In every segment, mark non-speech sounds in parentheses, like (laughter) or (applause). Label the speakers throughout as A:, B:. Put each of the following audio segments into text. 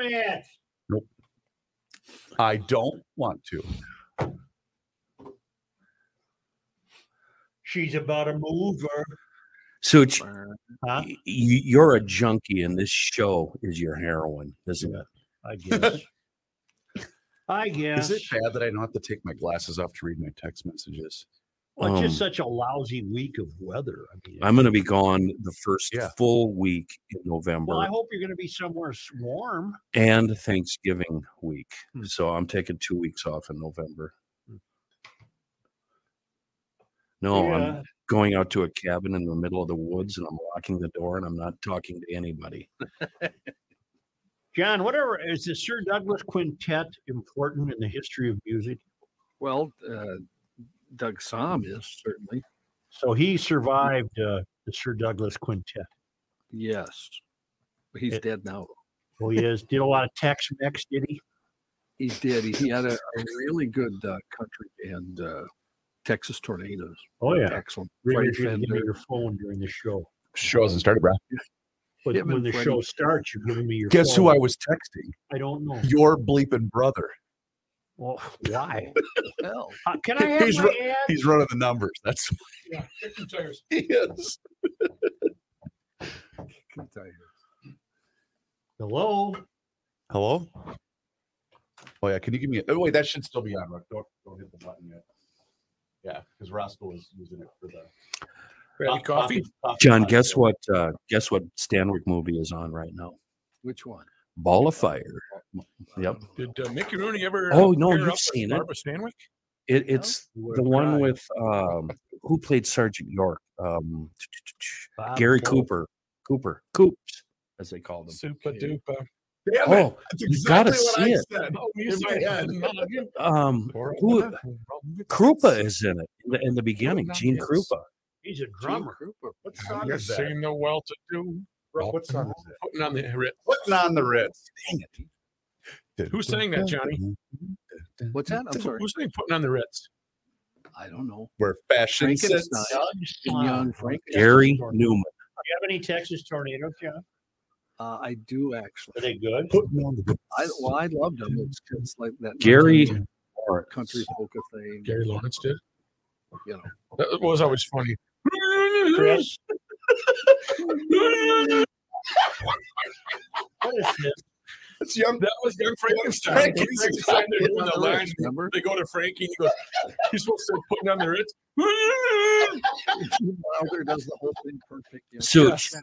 A: it.
B: I don't want to.
A: She's about a mover.
C: So it's-
A: Huh?
C: y- y- you're a junkie, and this show is your heroin, isn't it?
A: I guess. (laughs) I guess.
B: Is it bad that I don't have to take my glasses off to read my text messages?
A: well, it's just
C: um,
A: such a lousy week of weather. I mean,
C: I'm going to be gone the first
B: Yeah.
C: full week in November
A: well, I hope you're going to be somewhere s- warm.
C: and Thanksgiving week.
A: Hmm.
C: So I'm taking two weeks off in November. No, Oh, I'm
A: yeah.
C: going out to a cabin in the middle of the woods and I'm locking the door and I'm not talking to anybody.
A: John, whatever is the Sir Douglas Quintet important in the history of music?
D: Well, uh, Doug Somm is certainly
A: So he survived uh, the Sir Douglas Quintet.
D: yes. But He's
A: It-
D: dead now.
A: Well, he is. Did a lot of Tex-Mex, did he?
D: He did. He had a, a really good uh, country and uh, Texas Tornadoes.
A: Oh yeah.
D: excellent.
A: Really,
D: Freddie
A: you didn't give me
D: Fender.
A: your phone during the show.
B: Show hasn't started, bro.
A: But
D: Him
A: when
D: and
A: the
D: Freddie.
A: show starts, you're giving me your.
B: Guess who
A: phone.
B: I was texting?
A: I don't know.
B: Your bleeping brother.
A: Well, why?
D: Well,
A: Uh, can I have
B: He's
A: my ad?
B: He's running the numbers. That's (laughs)
E: Yeah, kick some tires.
B: he is.
D: I can tell you.
A: Hello.
B: Hello. Oh yeah, can you give me? A, oh wait, that should still be on. Rick. Don't don't hit the button yet. Yeah, because Roscoe was using it for the
E: Ready,
B: Co-
E: coffee?
B: coffee
C: John,
B: pot
C: guess
B: show.
C: what? Uh, guess what? Stanwick movie is on right now.
D: Which one?
C: Ball of Fire. Yep.
E: Did uh, Mickey Rooney ever?
C: Oh, no,
E: pair
C: you've
E: up with
C: seen it.
E: Barbara Stanwyck?
C: It, it's
D: You would
C: the one
D: cry.
C: with um, who played Sergeant York? Um,
A: Bob
C: Gary
A: Cole.
C: Cooper. Cooper. Coops, as they called him.
E: Super duper.
B: Damn it!
C: Oh,
B: That's
C: you gotta
B: what
C: see
B: I
C: it.
B: said.
E: Oh,
B: In my head.
C: um, who? Krupa is in it in the, in the beginning.
E: not
C: Gene
E: yes.
C: Krupa.
A: He's a
D: Gene
A: drummer.
D: Krupa.
B: What
E: I'm
B: song is
E: just
B: that?
E: saying no well to do.
B: Bro, what song is that?
E: Putting on the Ritz.
B: What's on the Ritz? Dang it!
E: Who sang that, Johnny?
D: What's that? I'm sorry.
E: Who's saying putting on the Ritz?
D: I don't know.
B: Where fashion
D: Frankenstein.
B: sits.
A: Wow.
D: Young Frank.
C: Gary Newman.
A: Do you have any Texas tornadoes, John?
D: Uh, I do
A: Are
D: actually.
A: they good?
B: Putting on the Ritz.
D: I, well, I loved him. It's, it's like that
C: Gary.
D: Northern
C: Lawrence.
D: country polka thing.
E: Gary Lawrence did.
D: You know.
E: That was always funny.
A: Chris? what is this?
B: That's young.
E: That was young Frankenstein. Frankenstein. They're doing the line.
D: Remember?
E: They go to Frankie and he goes, (laughs) He's supposed to put on the Ritz.
D: Wilder does the whole thing perfect. you know.
C: So,
D: Yes.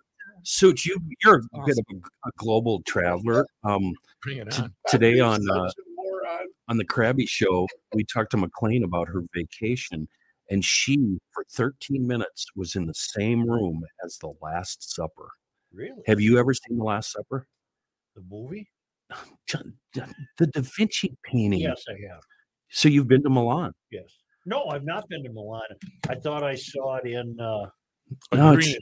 C: So you you're a bit of a, a global traveler. Um,
E: Bring it
C: t-
E: on.
C: today on
B: Such
C: uh,
B: a moron.
C: on the Krabby Show, we talked to McLean about her vacation, and she, for 13 minutes, was in the same room as The Last Supper.
A: Really?
C: Have you ever seen The Last Supper?
A: The movie?
C: John, John, the Da Vinci painting.
A: Yes, I have.
C: So you've been to Milan?
A: Yes. No, I've not been to Milan. I thought I saw it in. Uh,
C: No, it's,
E: Agreed.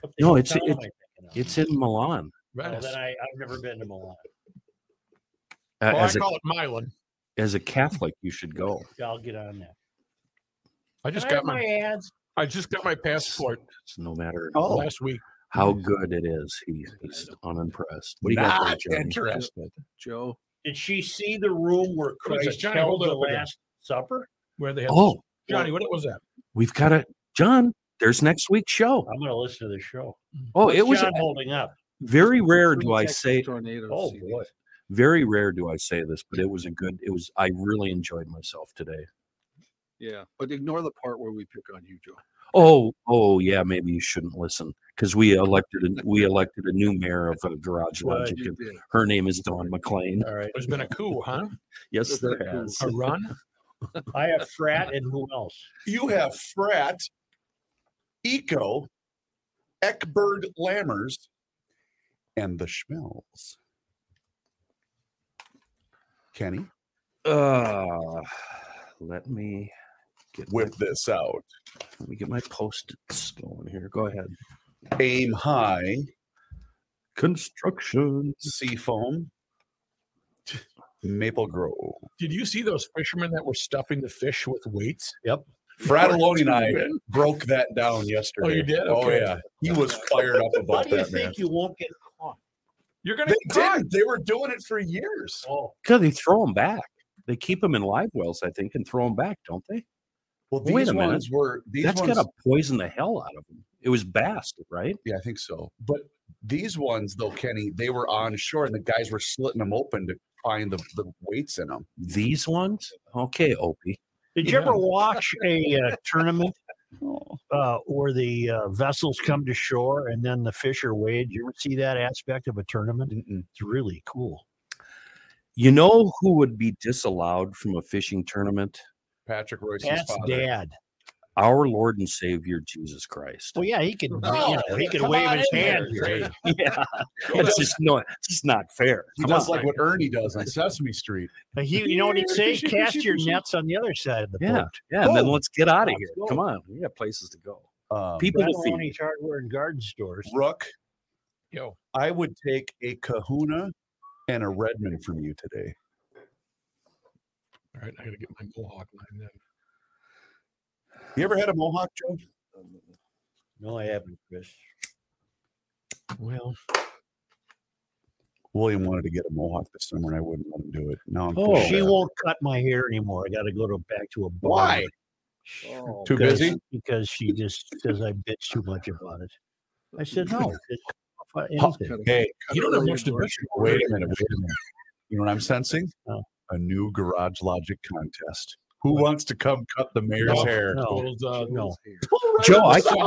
A: what the
C: No,
A: hell
C: it's-
A: town am
C: it's-
A: I thinking of?
C: it's in Milan.
A: Well,
E: Venice.
A: Oh, then I, I've never been to Milan.
C: Uh,
E: Well, I
C: as a
E: call it Milan.
C: as a Catholic, you should go.
A: I'll get on that.
E: I just
A: Can I
E: got
A: have Oh.
E: my
A: ads.
E: I just got my passport
C: It's no matter
E: last week.
C: how good it is, he, he's unimpressed. What do you got there,
B: Not
C: Johnny?
B: interested.
D: Joe.
A: Did she see the room where
E: What is it,
A: Christ
E: Johnny?
A: held
E: Hold it
A: the
E: up again.
A: Last Supper?
E: Where they had
C: Oh,
E: Johnny, what was that?
C: we've got a John. There's next week's show.
A: I'm going to listen to the show.
C: Oh, it was
A: Uh, John holding up.
C: very rare. Do
D: Three
C: I
D: Texas
C: say
D: tornadoes?
A: Oh,
D: CDs.
A: boy.
C: very rare do I say this, but it was a good, it was, I really enjoyed myself today.
D: Yeah, but ignore the part where we pick on you, Joe.
C: Oh, oh yeah, maybe you shouldn't listen because we elected, a, we elected a new mayor of uh, Garage
A: Right.
C: Logic.
D: You
C: and
D: did.
C: Her name is Dawn McLean.
A: All right.
E: There's been a coup, huh?
C: Yes, there
D: Cool.
C: has.
E: A run?
A: I
B: (laughs)
A: have Frat and who else?
B: You have Frat, Eco, Eckbird Lammers, and the Schmells. Kenny,
C: Uh, let me get my,
B: whip this out.
C: let me get my post-its going here. Go ahead.
B: Aim high,
C: Construction.
B: Seafoam, Maple Grove.
E: Did you see those fishermen that were stuffing the fish with weights?
B: Fratelloni and I broke that down yesterday.
E: did?
B: Oh
E: Okay.
B: yeah, he was fired up
A: Why
B: about
A: do you
B: that man.
A: think you won't get caught?
E: You're gonna
B: They
E: get caught.
B: didn't. They were doing it for years.
A: Oh,
C: Because they throw them back. They keep them in live wells, I think, and throw them back, don't they?
B: Well, these
C: Wait a minute.
B: ones were these
C: That's
B: ones.
C: gotta poison the hell out of them. It was Bast, right?
B: Yeah, I think so. But these ones, though, Kenny, they were on shore, and the guys were slitting them open to find the, the weights in them.
C: These ones, okay, Opie.
A: did you ever watch a uh,
B: (laughs)
A: tournament uh, where the uh, vessels come to shore and then the fish are weighed? You ever see that aspect of a tournament? It's really cool.
C: You know who would be disallowed from a fishing tournament?
B: Patrick Royce's
A: That's
B: father.
A: dad.
C: Our Lord and Savior Jesus Christ.
A: Well, yeah, he could.
B: Oh,
A: you know, he could
B: come
A: wave
B: on
A: his
B: in there,
A: hand.
B: Jerry.
C: Yeah, it's just no, it's just not fair.
B: He
C: Come
B: does
C: on.
B: like what Ernie does on Sesame Street.
A: But Uh, he, you know what he'd
E: Yeah,
B: (laughs)
A: say?
E: fishy,
A: Cast
E: fishy,
A: your
E: fishy.
A: nets on the other side of the
C: Yeah,
A: boat.
C: yeah. And then
B: Go.
C: let's get out of
B: Let's
C: here.
B: go.
C: Come on, we got places to go.
B: Um,
C: People
A: People
C: feed.
A: these hardware and garden stores.
B: Rook,
E: Yo,
B: I would take a Kahuna and a Redmond from you today.
E: all right, I gotta get my mohawk line then.
B: You ever had a Mohawk, Joe?
A: No, I haven't, Chris.
E: Well,
B: William wanted to get a Mohawk this summer, and I wouldn't let him do it. No, I'm
C: Oh.
A: she
B: fishing.
A: won't cut my hair anymore. I got to go to back to a barber.
B: Why?
D: Oh,
B: too
A: Because-
B: busy.
A: Because she just says I bitch too much about it. I said (laughs) no. it's not
B: Huh.
A: anything."
B: Hey,
E: you don't have much to bitch. about.
B: wait a minute, wait a minute. You know what I'm sensing?
A: Oh.
B: A new Garage Logic contest. Who wants to come cut the mayor's
E: No.
B: hair?
A: No,
E: Old, uh,
A: no.
C: Joe, I can,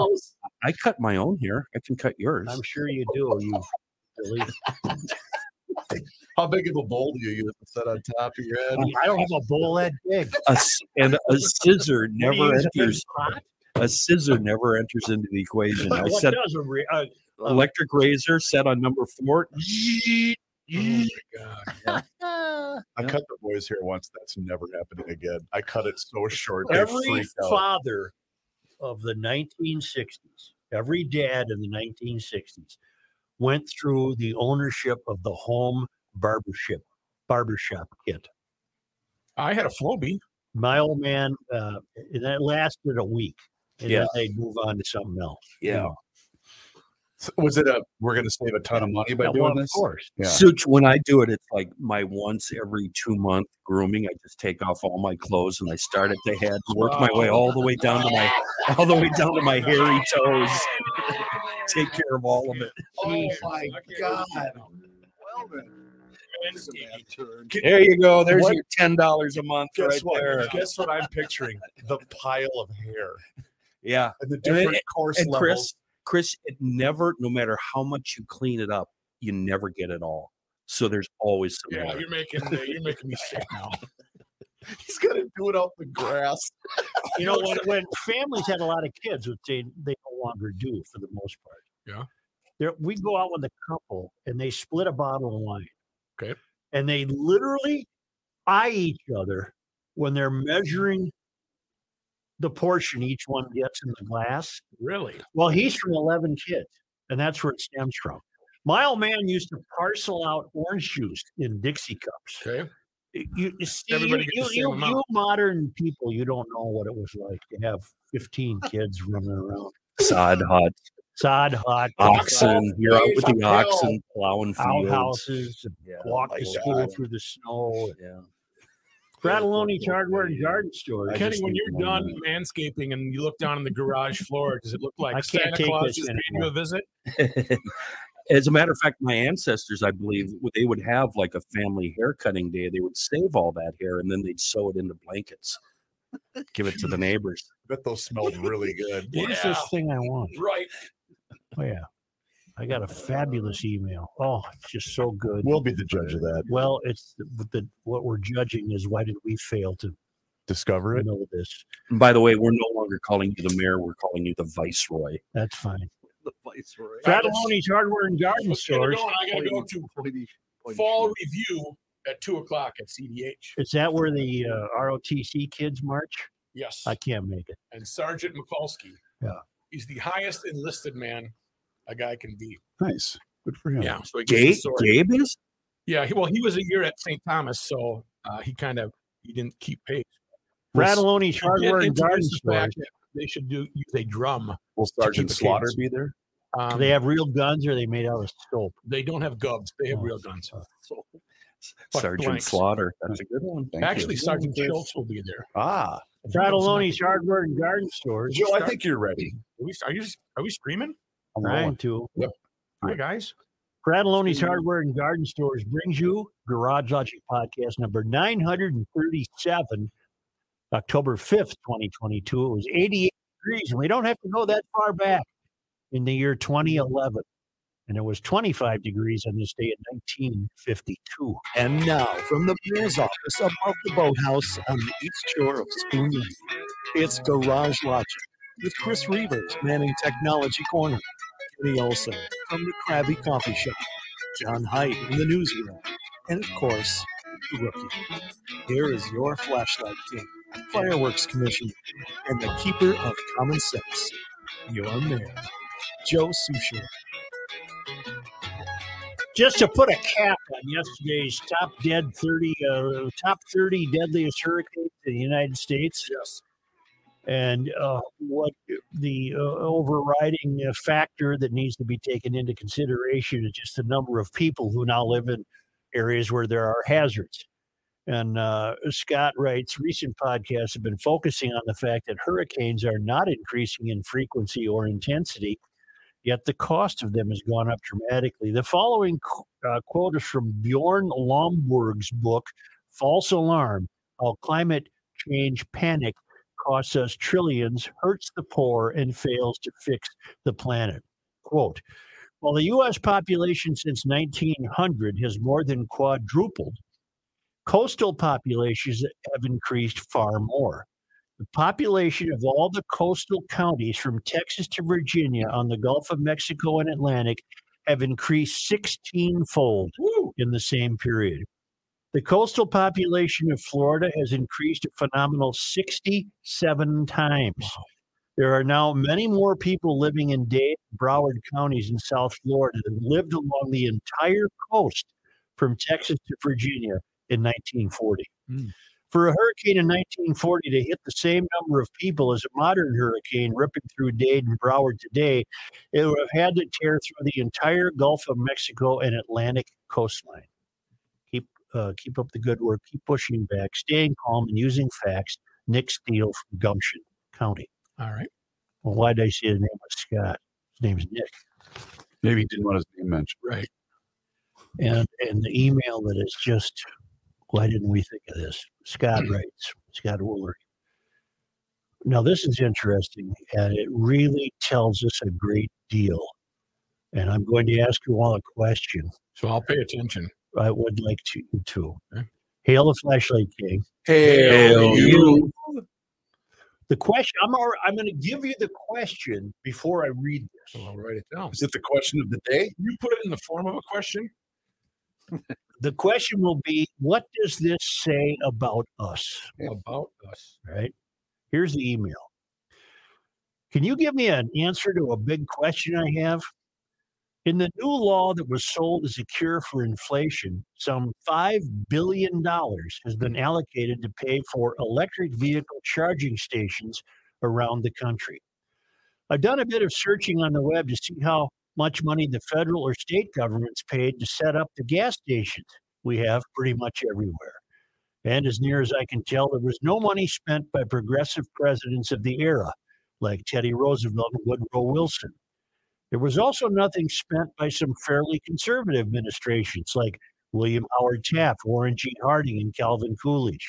C: I cut my own hair. I can cut yours.
A: I'm sure you do. You really.
B: How big of a bowl do you use to set on top of your head?
A: I don't have a bowl that (laughs) big.
B: (laughs)
C: A s and a scissor never
A: use a big
C: enters.
A: pot?
C: A scissor never enters into the
B: (laughs)
C: equation. I
A: what
C: said
A: does a, re- uh, a
C: electric razor set on number four.
E: Oh my God.
B: I cut the boy's hair once. That's never happening again. I cut it so short. They
A: every
B: freaked out.
A: father of the 1960s, every dad in the 1960s went through the ownership of the home barbershop barbershop kit.
E: I had a Floby.
A: My old man, uh, and that lasted a week. And
C: Yeah.
A: then they'd move on to something else.
C: Yeah.
B: So Was it a? We're going to save a ton of money by
A: Yeah, well,
B: doing
A: of
B: this. (laughs)
A: course.
B: Yeah.
C: So t- when I do it, it's like my once every two month grooming. I just take off all my clothes and I start at the head, work my way all the way down to my all the way down to my hairy toes. (laughs) take care of all of it.
B: Oh my god!
C: There you go. There's
B: What-
C: your ten dollars a month
B: Guess
C: right
B: what?
C: there.
B: Guess what I'm picturing? The pile of hair
C: Yeah.
B: and the
C: then-
B: different course
C: And
B: levels.
C: Chris, Chris, it never, no matter how much you clean it up, you never get it all. So there's always some.
E: Yeah,
C: hair.
E: you're making uh, you're making me sick now.
B: (laughs) He's gonna do it off the grass.
A: You know, when, when families had a lot of kids, which they, they no longer do for the most part.
E: Yeah.
A: There, we go out with a couple and they split a bottle of wine.
E: Okay.
A: And they literally eye each other when they're measuring the portion each one gets in the glass.
E: Really?
A: Well, he's from 11 kids, and that's where it stems from. My old man used to parcel out orange juice in Dixie cups.
E: Okay.
A: Y- You, you see, you,
E: Everybody gets the
A: you,
E: same
A: you,
E: amount.
A: you modern people, you don't know what it was like to have 15 kids running around.
C: sod hut,
A: Sod hot,
B: Ah,
C: oxen. You're out with the
B: Hill.
C: oxen plowing fields.
A: outhouses, and
C: Yeah.
A: walk
B: my
A: to school
B: God.
A: through the snow.
C: Yeah.
A: Brattaloni's hardware and garden store.
B: uh, I
E: Kenny,
B: just
E: when
B: need
E: you're
B: one
E: done
B: minute.
E: manscaping and you look down on the garage floor, does it look like
A: I can't
E: Santa
A: take
E: Claus
A: this
E: just paying you a visit?
C: (laughs) As a matter of fact, my ancestors, I believe, w- they would have like a family haircutting day. They would save all that hair and then they'd sew it into blankets, give it to the neighbors.
B: Bet those smelled really (laughs) good.
A: What is this thing I want?
E: Right.
A: Oh, yeah. I got a fabulous email. Oh, it's just so good.
B: We'll be the judge of that.
A: Well, it's the, but the what we're judging is why did we fail to
B: Discover it.
A: know this?
C: And by the way, we're no longer calling you the mayor, we're calling you the viceroy.
A: That's fine.
D: (laughs) The viceroy.
A: Fratelloni's hardware and garden
E: Let's get it
A: stores.
E: going. I gotta go to
D: Pointy- pointy
E: fall
D: shirt.
E: review at two o'clock at CDH.
A: Is that where the uh, ROTC kids march?
E: Yes.
A: I can't make it.
E: and Sergeant Mikulski.
A: Yeah.
E: He's the highest enlisted man a guy can be.
B: Nice. Good for him.
E: Yeah. So he gets the
C: Gabe,
E: sword.
C: Gabe is?
E: Yeah. He, well, he was a year at St. Thomas, so uh, he kind of he didn't keep pace.
B: Well, s-
A: Fratelloni's
E: He had
A: hardware and garden
E: introduced the
A: stores.
E: fact that They should do use a drum.
B: Will Sergeant
E: the
B: Slaughter
E: kids.
B: be there?
E: Um,
A: they have real guns or they made out of soap?
E: they don't have gubs. They have
A: Oh,
E: real guns. Fuck
C: Sergeant
E: blanks.
C: Slaughter. That's a good one.
B: Thank you.
E: Actually, Sergeant Schultz will be there.
B: ah,
A: Fratelloni's Hardware and Garden Stores.
B: Joe, I think you're ready.
E: Are we, are you, are we screaming?
A: I'm trying to.
E: Hi, guys.
A: Fratelloni's Hardware and Garden Stores brings you Garage Logic Podcast number 937, October 5th, 2022. It was 88 degrees, and we don't have to go that far back in the year 2011. And it was 25 degrees on this day in 1952.
F: And now, from the mayor's office above the boathouse on the east shore of Spoon Lake, it's Garage Logic with Chris Reavers manning Technology Corner, Kenny Olson from the Krabby Coffee Shop, John Height in the newsroom, and of course, the rookie. Here is your flashlight king, fireworks commissioner, and the keeper of common sense, your mayor, Joe Sushin.
A: just to put a cap on yesterday's top dead 30 uh, top 30 deadliest hurricanes in the united states yes and uh, what the uh, overriding uh, factor that needs to be taken into consideration is just the number of people who now live in areas where there are hazards and uh, scott writes recent podcasts have been focusing on the fact that hurricanes are not increasing in frequency or intensity yet the cost of them has gone up dramatically. The following qu- uh, quote is from Bjorn Lomborg's book, False Alarm How Climate Change Panic Costs Us Trillions, Hurts the Poor, and Fails to Fix the Planet. Quote While the U.S. population since 1900 has more than quadrupled, coastal populations have increased far more. The population of all the coastal counties from Texas to Virginia on the Gulf of Mexico and Atlantic have increased 16 fold in the same period. The coastal population of Florida has increased a phenomenal 67 times. There are now many more people living in Dade and Broward counties in South Florida than lived along the entire coast from Texas to Virginia in 1940.
E: Mm.
A: For a hurricane in 1940 to hit the same number of people as a modern hurricane ripping through Dade and Broward today, it would have had to tear through the entire Gulf of Mexico and Atlantic coastline. Keep uh, keep up the good work. Keep pushing back, staying calm, and using facts. Nick Steele from Gumption County.
E: All right.
A: Well, why did I say the name was Scott? His name's Nick.
B: Maybe he didn't want his name mentioned.
E: Right.
A: And and the email that is just why didn't we think of this? Scott writes, Scott Woolery. Now this is interesting, and it really tells us a great deal. And I'm going to ask you all a question.
E: So I'll pay attention.
A: I would like to you to.
E: Okay.
A: Hail the flashlight king.
C: Hail you.
A: The question I'm alre- I'm going to give you the question before I read
E: So
A: this.
E: I'll write it down.
B: Is it the question of the day?
E: You put it in the form of a question.
A: The question will be, what does this say about us?
E: about us.
A: All right. Here's the email. Can you give me an answer to a big question I have? In the new law that was sold as a cure for inflation, some $5 billion has been allocated to pay for electric vehicle charging stations around the country. I've done a bit of searching on the web to see how much money the federal or state governments paid to set up the gas stations we have pretty much everywhere. And as near as I can tell, there was no money spent by progressive presidents of the era, like Teddy Roosevelt and Woodrow Wilson. There was also nothing spent by some fairly conservative administrations, like William Howard Taft, Warren G. Harding, and Calvin Coolidge.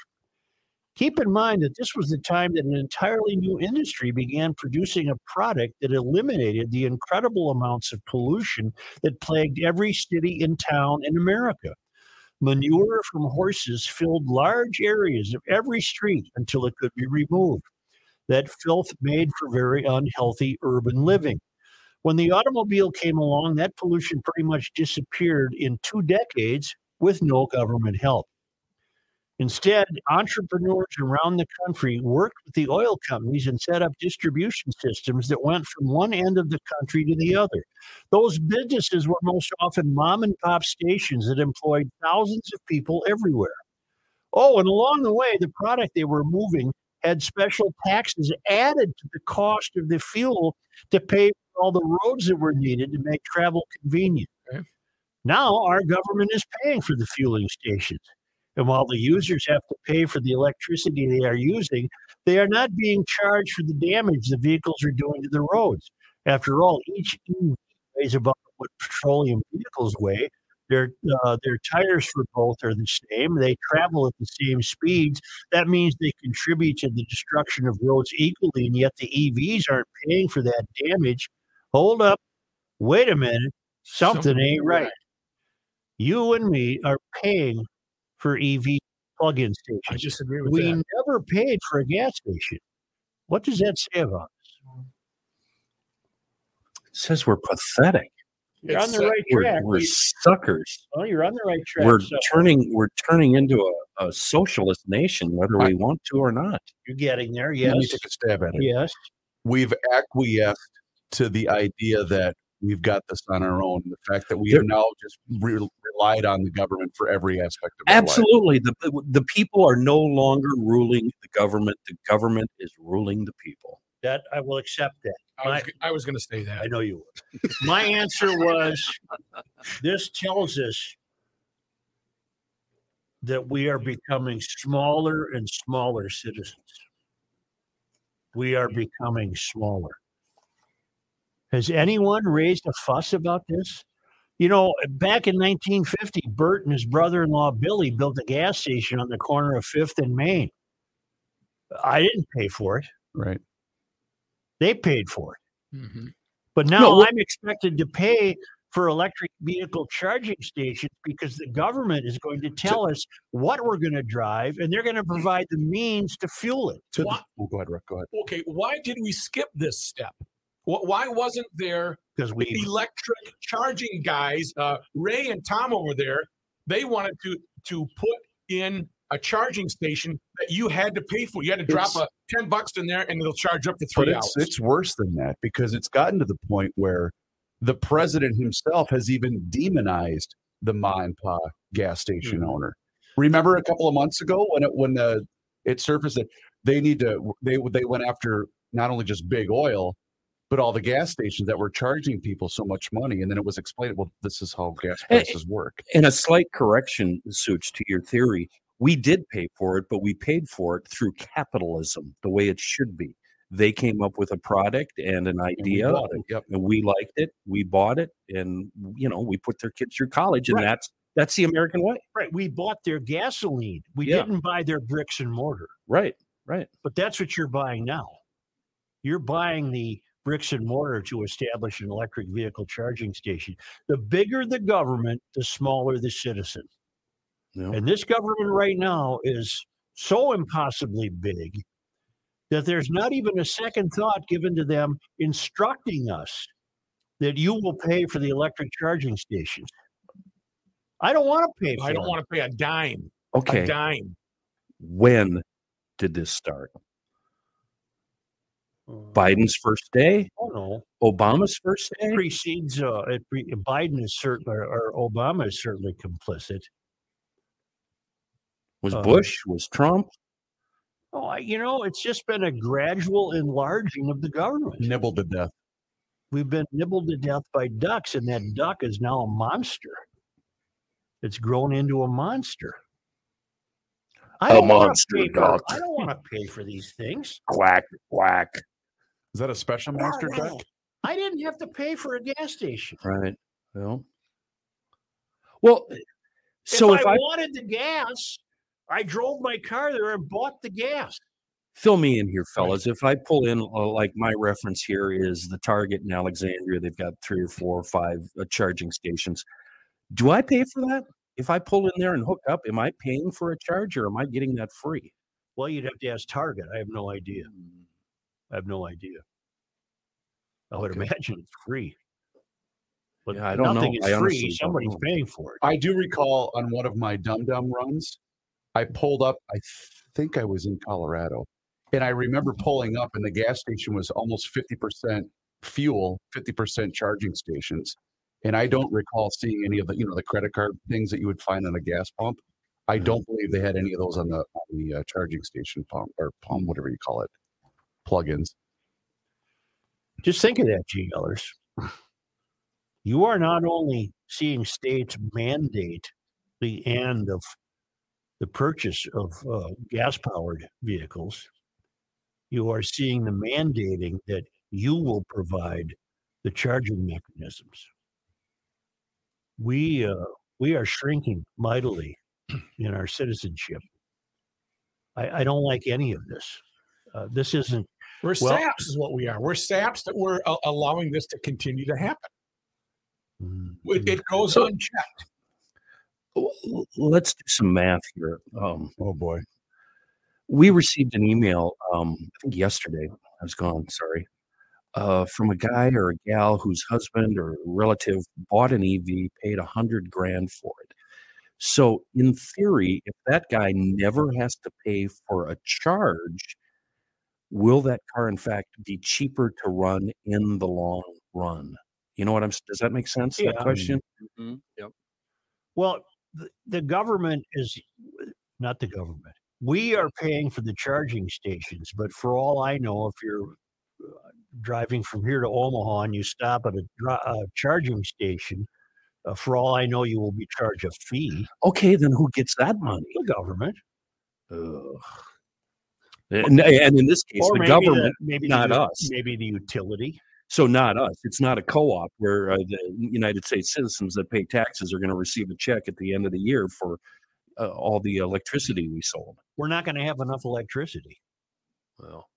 A: Keep in mind that this was the time that an entirely new industry began producing a product that eliminated the incredible amounts of pollution that plagued every city and town in America. Manure from horses filled large areas of every street until it could be removed. That filth made for very unhealthy urban living. When the automobile came along, that pollution pretty much disappeared in two decades with no government help. Instead, entrepreneurs around the country worked with the oil companies and set up distribution systems that went from one end of the country to the other. Those businesses were most often mom and pop stations that employed thousands of people everywhere. Oh, and along the way, the product they were moving had special taxes added to the cost of the fuel to pay for all the roads that were needed to make travel convenient.
E: Okay.
A: Now our government is paying for the fueling stations. And while the users have to pay for the electricity they are using, they are not being charged for the damage the vehicles are doing to the roads. After all, each EV weighs about what petroleum vehicles weigh. Their uh, their tires for both are the same. They travel at the same speeds. That means they contribute to the destruction of roads equally, and yet the EVs aren't paying for that damage. Hold up, wait a minute, something,
E: Something
A: ain't right. You and me are paying for EV plug-in stations.
E: I just agree with
A: we
E: that.
A: never paid for a gas station. What does that say about? us?
C: says we're pathetic.
A: You're on
E: It's,
A: the
E: uh,
A: right
C: We're,
A: track.
C: we're suckers.
A: well, you're on the right track.
C: We're
A: so
C: turning we're turning into a, a socialist nation, whether we want to or not.
A: you're getting there.
B: Let
A: Yes.
B: me take a stab at it.
A: Yes.
B: We've acquiesced to the idea that we've got this on our own. The fact that we
C: There-
B: have now just re- relied on the government for every aspect of our life.
C: Absolutely. The the people are no longer ruling the government. The government is ruling the people.
A: That I will accept that.
E: I was,
A: my-
E: I was going to say
A: I
E: that.
A: know you would. My answer was this tells us that we are becoming smaller and smaller citizens. We are becoming smaller. Has anyone raised a fuss about this? You know, back in 1950, Bert and his brother in law Billy built a gas station on the corner of Fifth and Main. I didn't pay for it,
B: Right.
A: they paid for it.
E: Mhm.
A: But now
C: what-
A: I'm expected to pay for electric vehicle charging stations because the government is going to tell us what we're going to drive and they're going
C: Mm-hmm.
A: to provide the means to fuel it.
B: To the-
E: Why-
B: oh, go ahead, Rick. Go ahead.
E: Okay, why did we skip this step? Wh- Why wasn't there
A: Because we
E: electric charging guys, uh, Ray and Tom over there, they wanted to to put in a charging station that you had to pay for. You had to drop
B: It's-
E: a ten bucks in there, and it'll charge up to
B: But
E: three
B: it's,
E: hours.
B: it's worse than that because it's gotten to the point where the president himself has even demonized the Ma and Pa gas station
E: Mm-hmm.
B: owner. Remember a couple of months ago when it when the it surfaced that they need to they they went after not only just big oil but all the gas stations that were charging people so much money and then it was explained well this is how gas
C: Eh, eh,
B: prices work
C: And a slight correction, Such, to your theory. We did pay for it, but we paid for it through capitalism, the way it should be. They came up with a product and an
B: and we
C: idea,
B: bought it. Yep.
C: and we liked it. We bought it, and you know, we put their kids through college, and
A: Right.
C: that's that's the American way,
A: right, we bought their gasoline. We
C: Yeah.
A: didn't buy their bricks and mortar.
C: right? Right.
A: But that's what you're buying now. You're buying the bricks and mortar to establish an electric vehicle charging station. The bigger the government, the smaller the citizen.
C: Yeah.
A: And this government right now is so impossibly big that there's not even a second thought given to them instructing us that you will pay for the electric charging stations. I don't want to pay for
E: I don't
A: them.
E: want to pay a dime.
C: Okay.
E: A dime.
C: When did this start? Biden's first day,
A: Oh, no.
C: Obama's first
A: It
C: day.
A: precedes uh, it pre- Biden is certainly, or, or Obama is certainly complicit.
C: was
B: Uh-huh.
A: Uh,
C: Bush, was Trump.
A: Oh, I, you know, it's just been a gradual enlarging of the government.
B: nibbled to death
A: We've been nibbled to death by ducks, and that duck is now a monster. It's grown into a monster. I
C: A
A: don't wanna
C: monster
A: pay for-
C: duck.
A: I don't want to pay for these things.
C: Quack, quack.
B: is that a special monster duck
A: I didn't have to pay for a gas station.
C: Right. Well. Well. So if, I,
A: wanted the gas, I drove my car there and bought the gas.
C: fill me in here, fellas, if I pull in uh, like my reference here is the Target in Alexandria, they've got three or four or five uh, charging stations. Do I pay for that? If I pull in there and hook up, am I paying for a charge or am I getting that free?
A: Well, you'd have to ask Target. I have no idea. I have no idea. I would
C: Okay.
A: imagine it's free. But
C: Yeah, I don't know.
A: nothing is
C: I honestly
A: free.
C: don't
A: Somebody's
C: know.
A: paying for it.
B: I do recall on one of my dum dum runs, I pulled up. I think I was in Colorado, and I remember pulling up, and the gas station was almost fifty percent fuel, fifty percent charging stations, and I don't recall seeing any of the you know the credit card things that you would find on a gas pump. I don't believe they had any of those on the on the uh, charging station pump or pump, whatever you call it, plugins.
A: Just think of that, G Ellers. You are not only seeing states mandate the end of the purchase of uh, gas powered vehicles, you are seeing the mandating that you will provide the charging mechanisms. We, uh, we are shrinking mightily in our citizenship. I, I don't like any of this. Uh, this isn't
E: We're
A: Well-
E: saps, is what we are. We're saps that we're a- allowing this to continue to happen.
A: mm,
E: It, it goes
C: So-
E: unchecked.
C: L- l- Let's do some math here. Um,
B: Oh boy.
A: Mm.
C: we received an email um, I think yesterday. I was gone, sorry, uh, from a guy or a gal whose husband or relative bought an EV, paid a hundred grand for it. So, in theory, if that guy never has to pay for a charge, will that car in fact be cheaper to run in the long run? You know what I'm? s- Does that make sense?
A: Yeah.
C: That question.
D: Mhm, Yep.
A: Well, the, the government is not the government. We are paying for the charging stations, but for all I know, if you're uh, driving from here to Omaha and you stop at a, dri- uh charging station, uh, for all I know, you will be charged a fee.
C: Okay, then who gets that money?
A: The government,
C: Ugh. And, and in this case, the
A: maybe
C: government.
A: maybe
C: not
A: the, ut-
C: us.
A: maybe the utility.
C: So not us. It's not a co-op where uh, the United States citizens that pay taxes are going to receive a check at the end of the year for uh, all the electricity we sold.
A: We're not going to have enough electricity.
C: Well,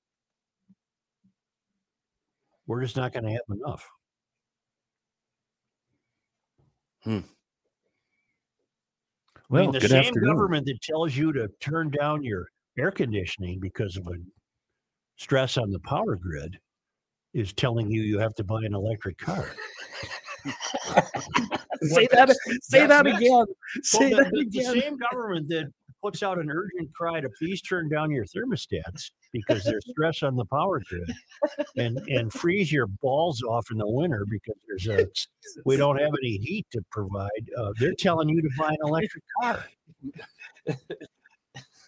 A: We're just not going to have enough. I mean, the
C: good
A: same
C: afternoon.
A: government that tells you to turn down your air conditioning because of a stress on the power grid is telling you you have to buy an electric car.
C: Say that. Say
E: that's
C: that
E: next.
C: again.
A: Well,
C: Say
A: the,
C: that
A: the- the
C: again.
A: same government that puts out an urgent cry to please turn down your thermostats because there's stress on the power grid and and freeze your balls off in the winter because there's a we don't have any heat to provide. Uh, they're telling you to buy an electric car.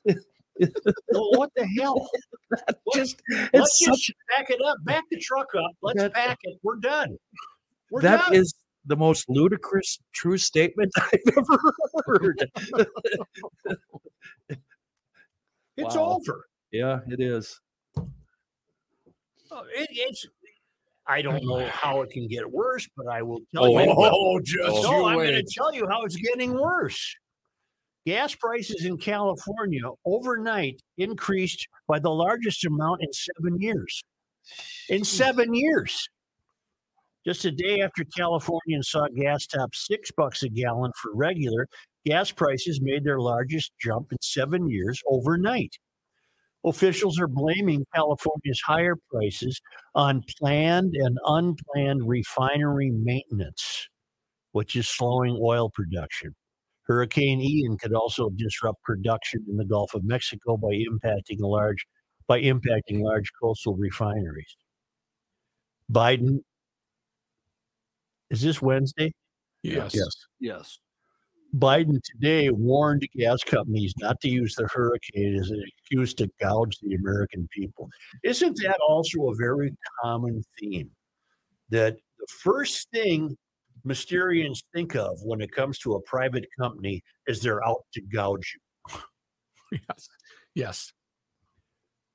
A: well, what the hell? Let's-
C: Just
A: Let's
C: it's
A: just
C: such.
A: back it up. Back the truck up. Let's
C: That-
A: pack it. We're done. We're
C: That
A: done.
C: is the most ludicrous true statement (laughs) I've ever heard.
A: it's
C: wow.
A: over.
C: yeah, it is.
A: Uh, It, it's. I don't know how it can get worse, but I will tell
C: Oh,
A: you.
C: it will.
E: just
C: Oh,
A: No, I'm going to tell you how it's getting worse. Gas prices in California overnight increased by the largest amount in seven years. In seven years. Just a day after Californians saw gas top six bucks a gallon for regular, gas prices made their largest jump in seven years overnight. Officials are blaming California's higher prices on planned and unplanned refinery maintenance which is slowing oil production. Hurricane Ian could also disrupt production in the Gulf of Mexico by impacting a large by impacting large coastal refineries. Biden is this Wednesday?
E: Yes.
D: Yes.
A: Biden today warned gas companies not to use the hurricane as an excuse to gouge the American people. Isn't that also a very common theme? That the first thing Mysterians think of when it comes to a private company is they're out to gouge you.
E: Yes. Yes.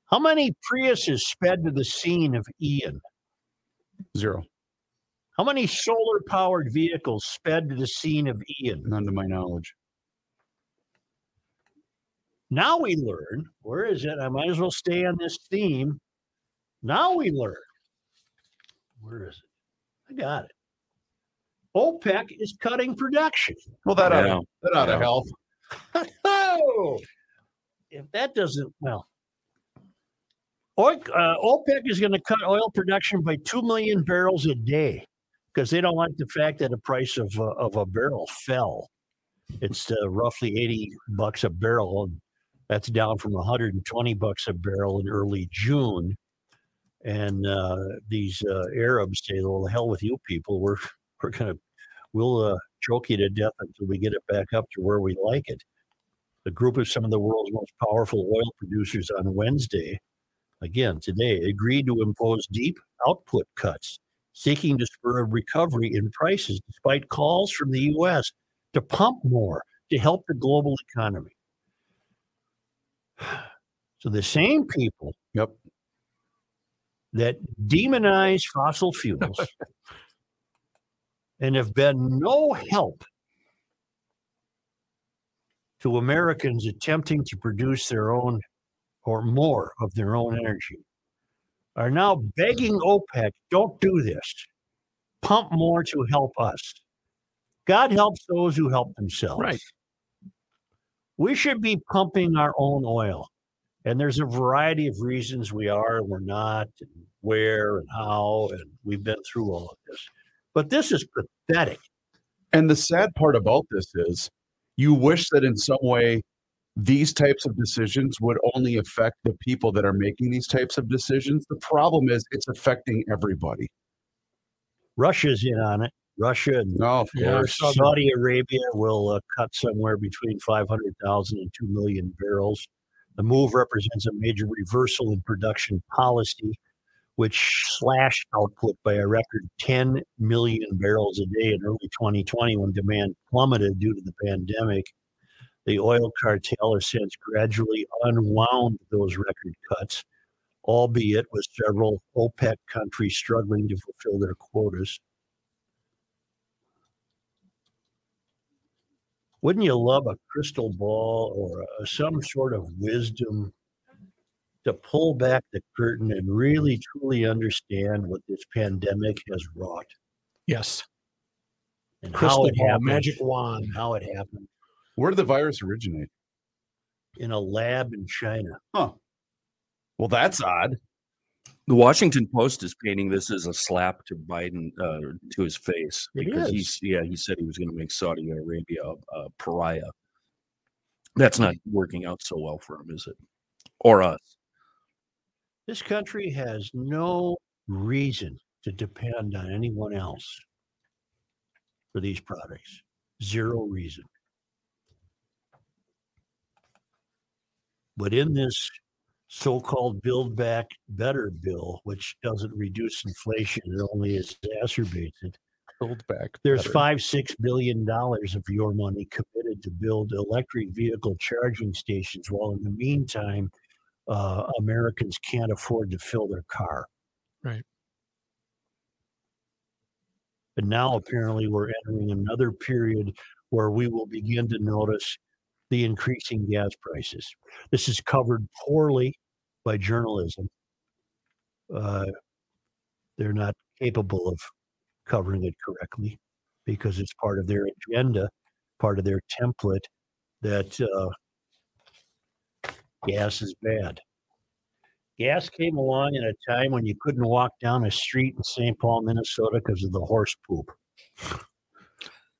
A: How many Priuses sped to the scene of Ian?
B: Zero.
A: How many solar powered vehicles sped to the scene of Ian?
B: None to my knowledge.
A: Now we learn, where is it? I might as well stay on this theme. Now we learn. Where is it? I got it. OPEC is cutting production.
B: Well, that oughta-
C: Yeah.
B: that ought to
C: Yeah.
B: help.
A: Oh, if that doesn't, well, Oil- uh, OPEC is going to cut oil production by 2 million barrels a day because they don't like the fact that the price of, uh, of a barrel fell. It's uh, roughly 80 bucks a barrel. And that's down from 120 bucks a barrel in early June. And uh, these uh, Arabs say, well, the hell with you people. We're, (laughs) we're going to, we'll uh, choke you to death until we get it back up to where we like it. the group of some of the world's most powerful oil producers on Wednesday, again today, agreed to impose deep output cuts, seeking to spur a recovery in prices despite calls from the U.S. to pump more to help the global economy. So the same people
B: Yep.
A: that demonize fossil fuels and have been no help to Americans attempting to produce their own or more of their own energy are now begging OPEC, don't do this. Pump more to help us. God helps those who help themselves.
D: Right.
A: We should be pumping our own oil. And there's a variety of reasons we are and we're not, and where and how, and we've been through all of this. But this is pathetic.
B: And the sad part about this is you wish that in some way these types of decisions would only affect the people that are making these types of decisions. The problem is it's affecting everybody.
A: Russia's in on it. Russia and
B: No, of
E: Yeah.
B: course.
E: Southern-
A: Saudi Arabia will uh, cut somewhere between 500,000 and 2 million barrels. The move represents a major reversal in production policy, which slashed output by a record 10 million barrels a day in early 2020 when demand plummeted due to the pandemic. The oil cartel has since gradually unwound those record cuts, albeit with several OPEC countries struggling to fulfill their quotas. wouldn't you love
F: Mm-hmm.
A: a crystal ball or a, some sort of wisdom to
F: Mm-hmm.
A: pull back the curtain and really truly understand what this pandemic has wrought
F: Yes.
A: and how
F: Crystal
A: it
F: ball,
A: happened,
F: magic
A: wand, how it happened
B: Where did the virus originate?
A: in a lab in China.
B: Well, that's odd.
C: The Washington Post is painting this as a slap to Biden uh, to his face
A: It
C: because he's yeah he said he was going to make Saudi Arabia a, a pariah. That's not working out so well for him, is it? Or us?
A: This country has no reason to depend on anyone else for these products. Zero reason. But in this so called Build Back Better bill, which doesn't reduce inflation, it only exacerbates it,
B: Build back.
A: there's
B: better.
A: five six billion dollars of your money committed to build electric vehicle charging stations while in the meantime uh, americans can't afford to fill their car
F: Right.
A: but now apparently we're entering another period where we will begin to notice the increasing gas prices this is covered poorly by journalism uh, they're not capable of covering it correctly because it's part of their agenda, part of their template that uh, gas is bad. Gas came along in a time when you couldn't walk down a street in St. Paul, Minnesota because of the horse poop.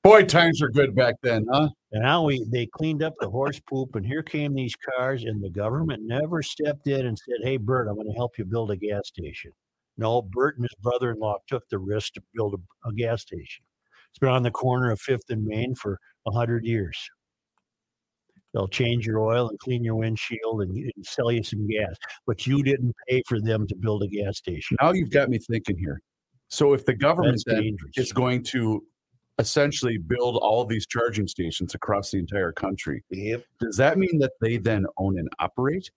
B: Boy, times were good back then, huh?
A: And now we, they cleaned up the horse poop, and here came these cars, and the government never stepped in and said, Hey, Bert, I'm going to help you build a gas station. No, Bert and his brother in law took the risk to build a, a gas station. It's been on the corner of Fifth and Main for 100 years. They'll change your oil and clean your windshield and, and sell you some gas, but you didn't pay for them to build a gas station.
B: Now you've got me thinking here. So if the government
A: That's
B: then
A: dangerous.
B: is going to essentially build all these charging stations across the entire country, does that mean that they then own and operate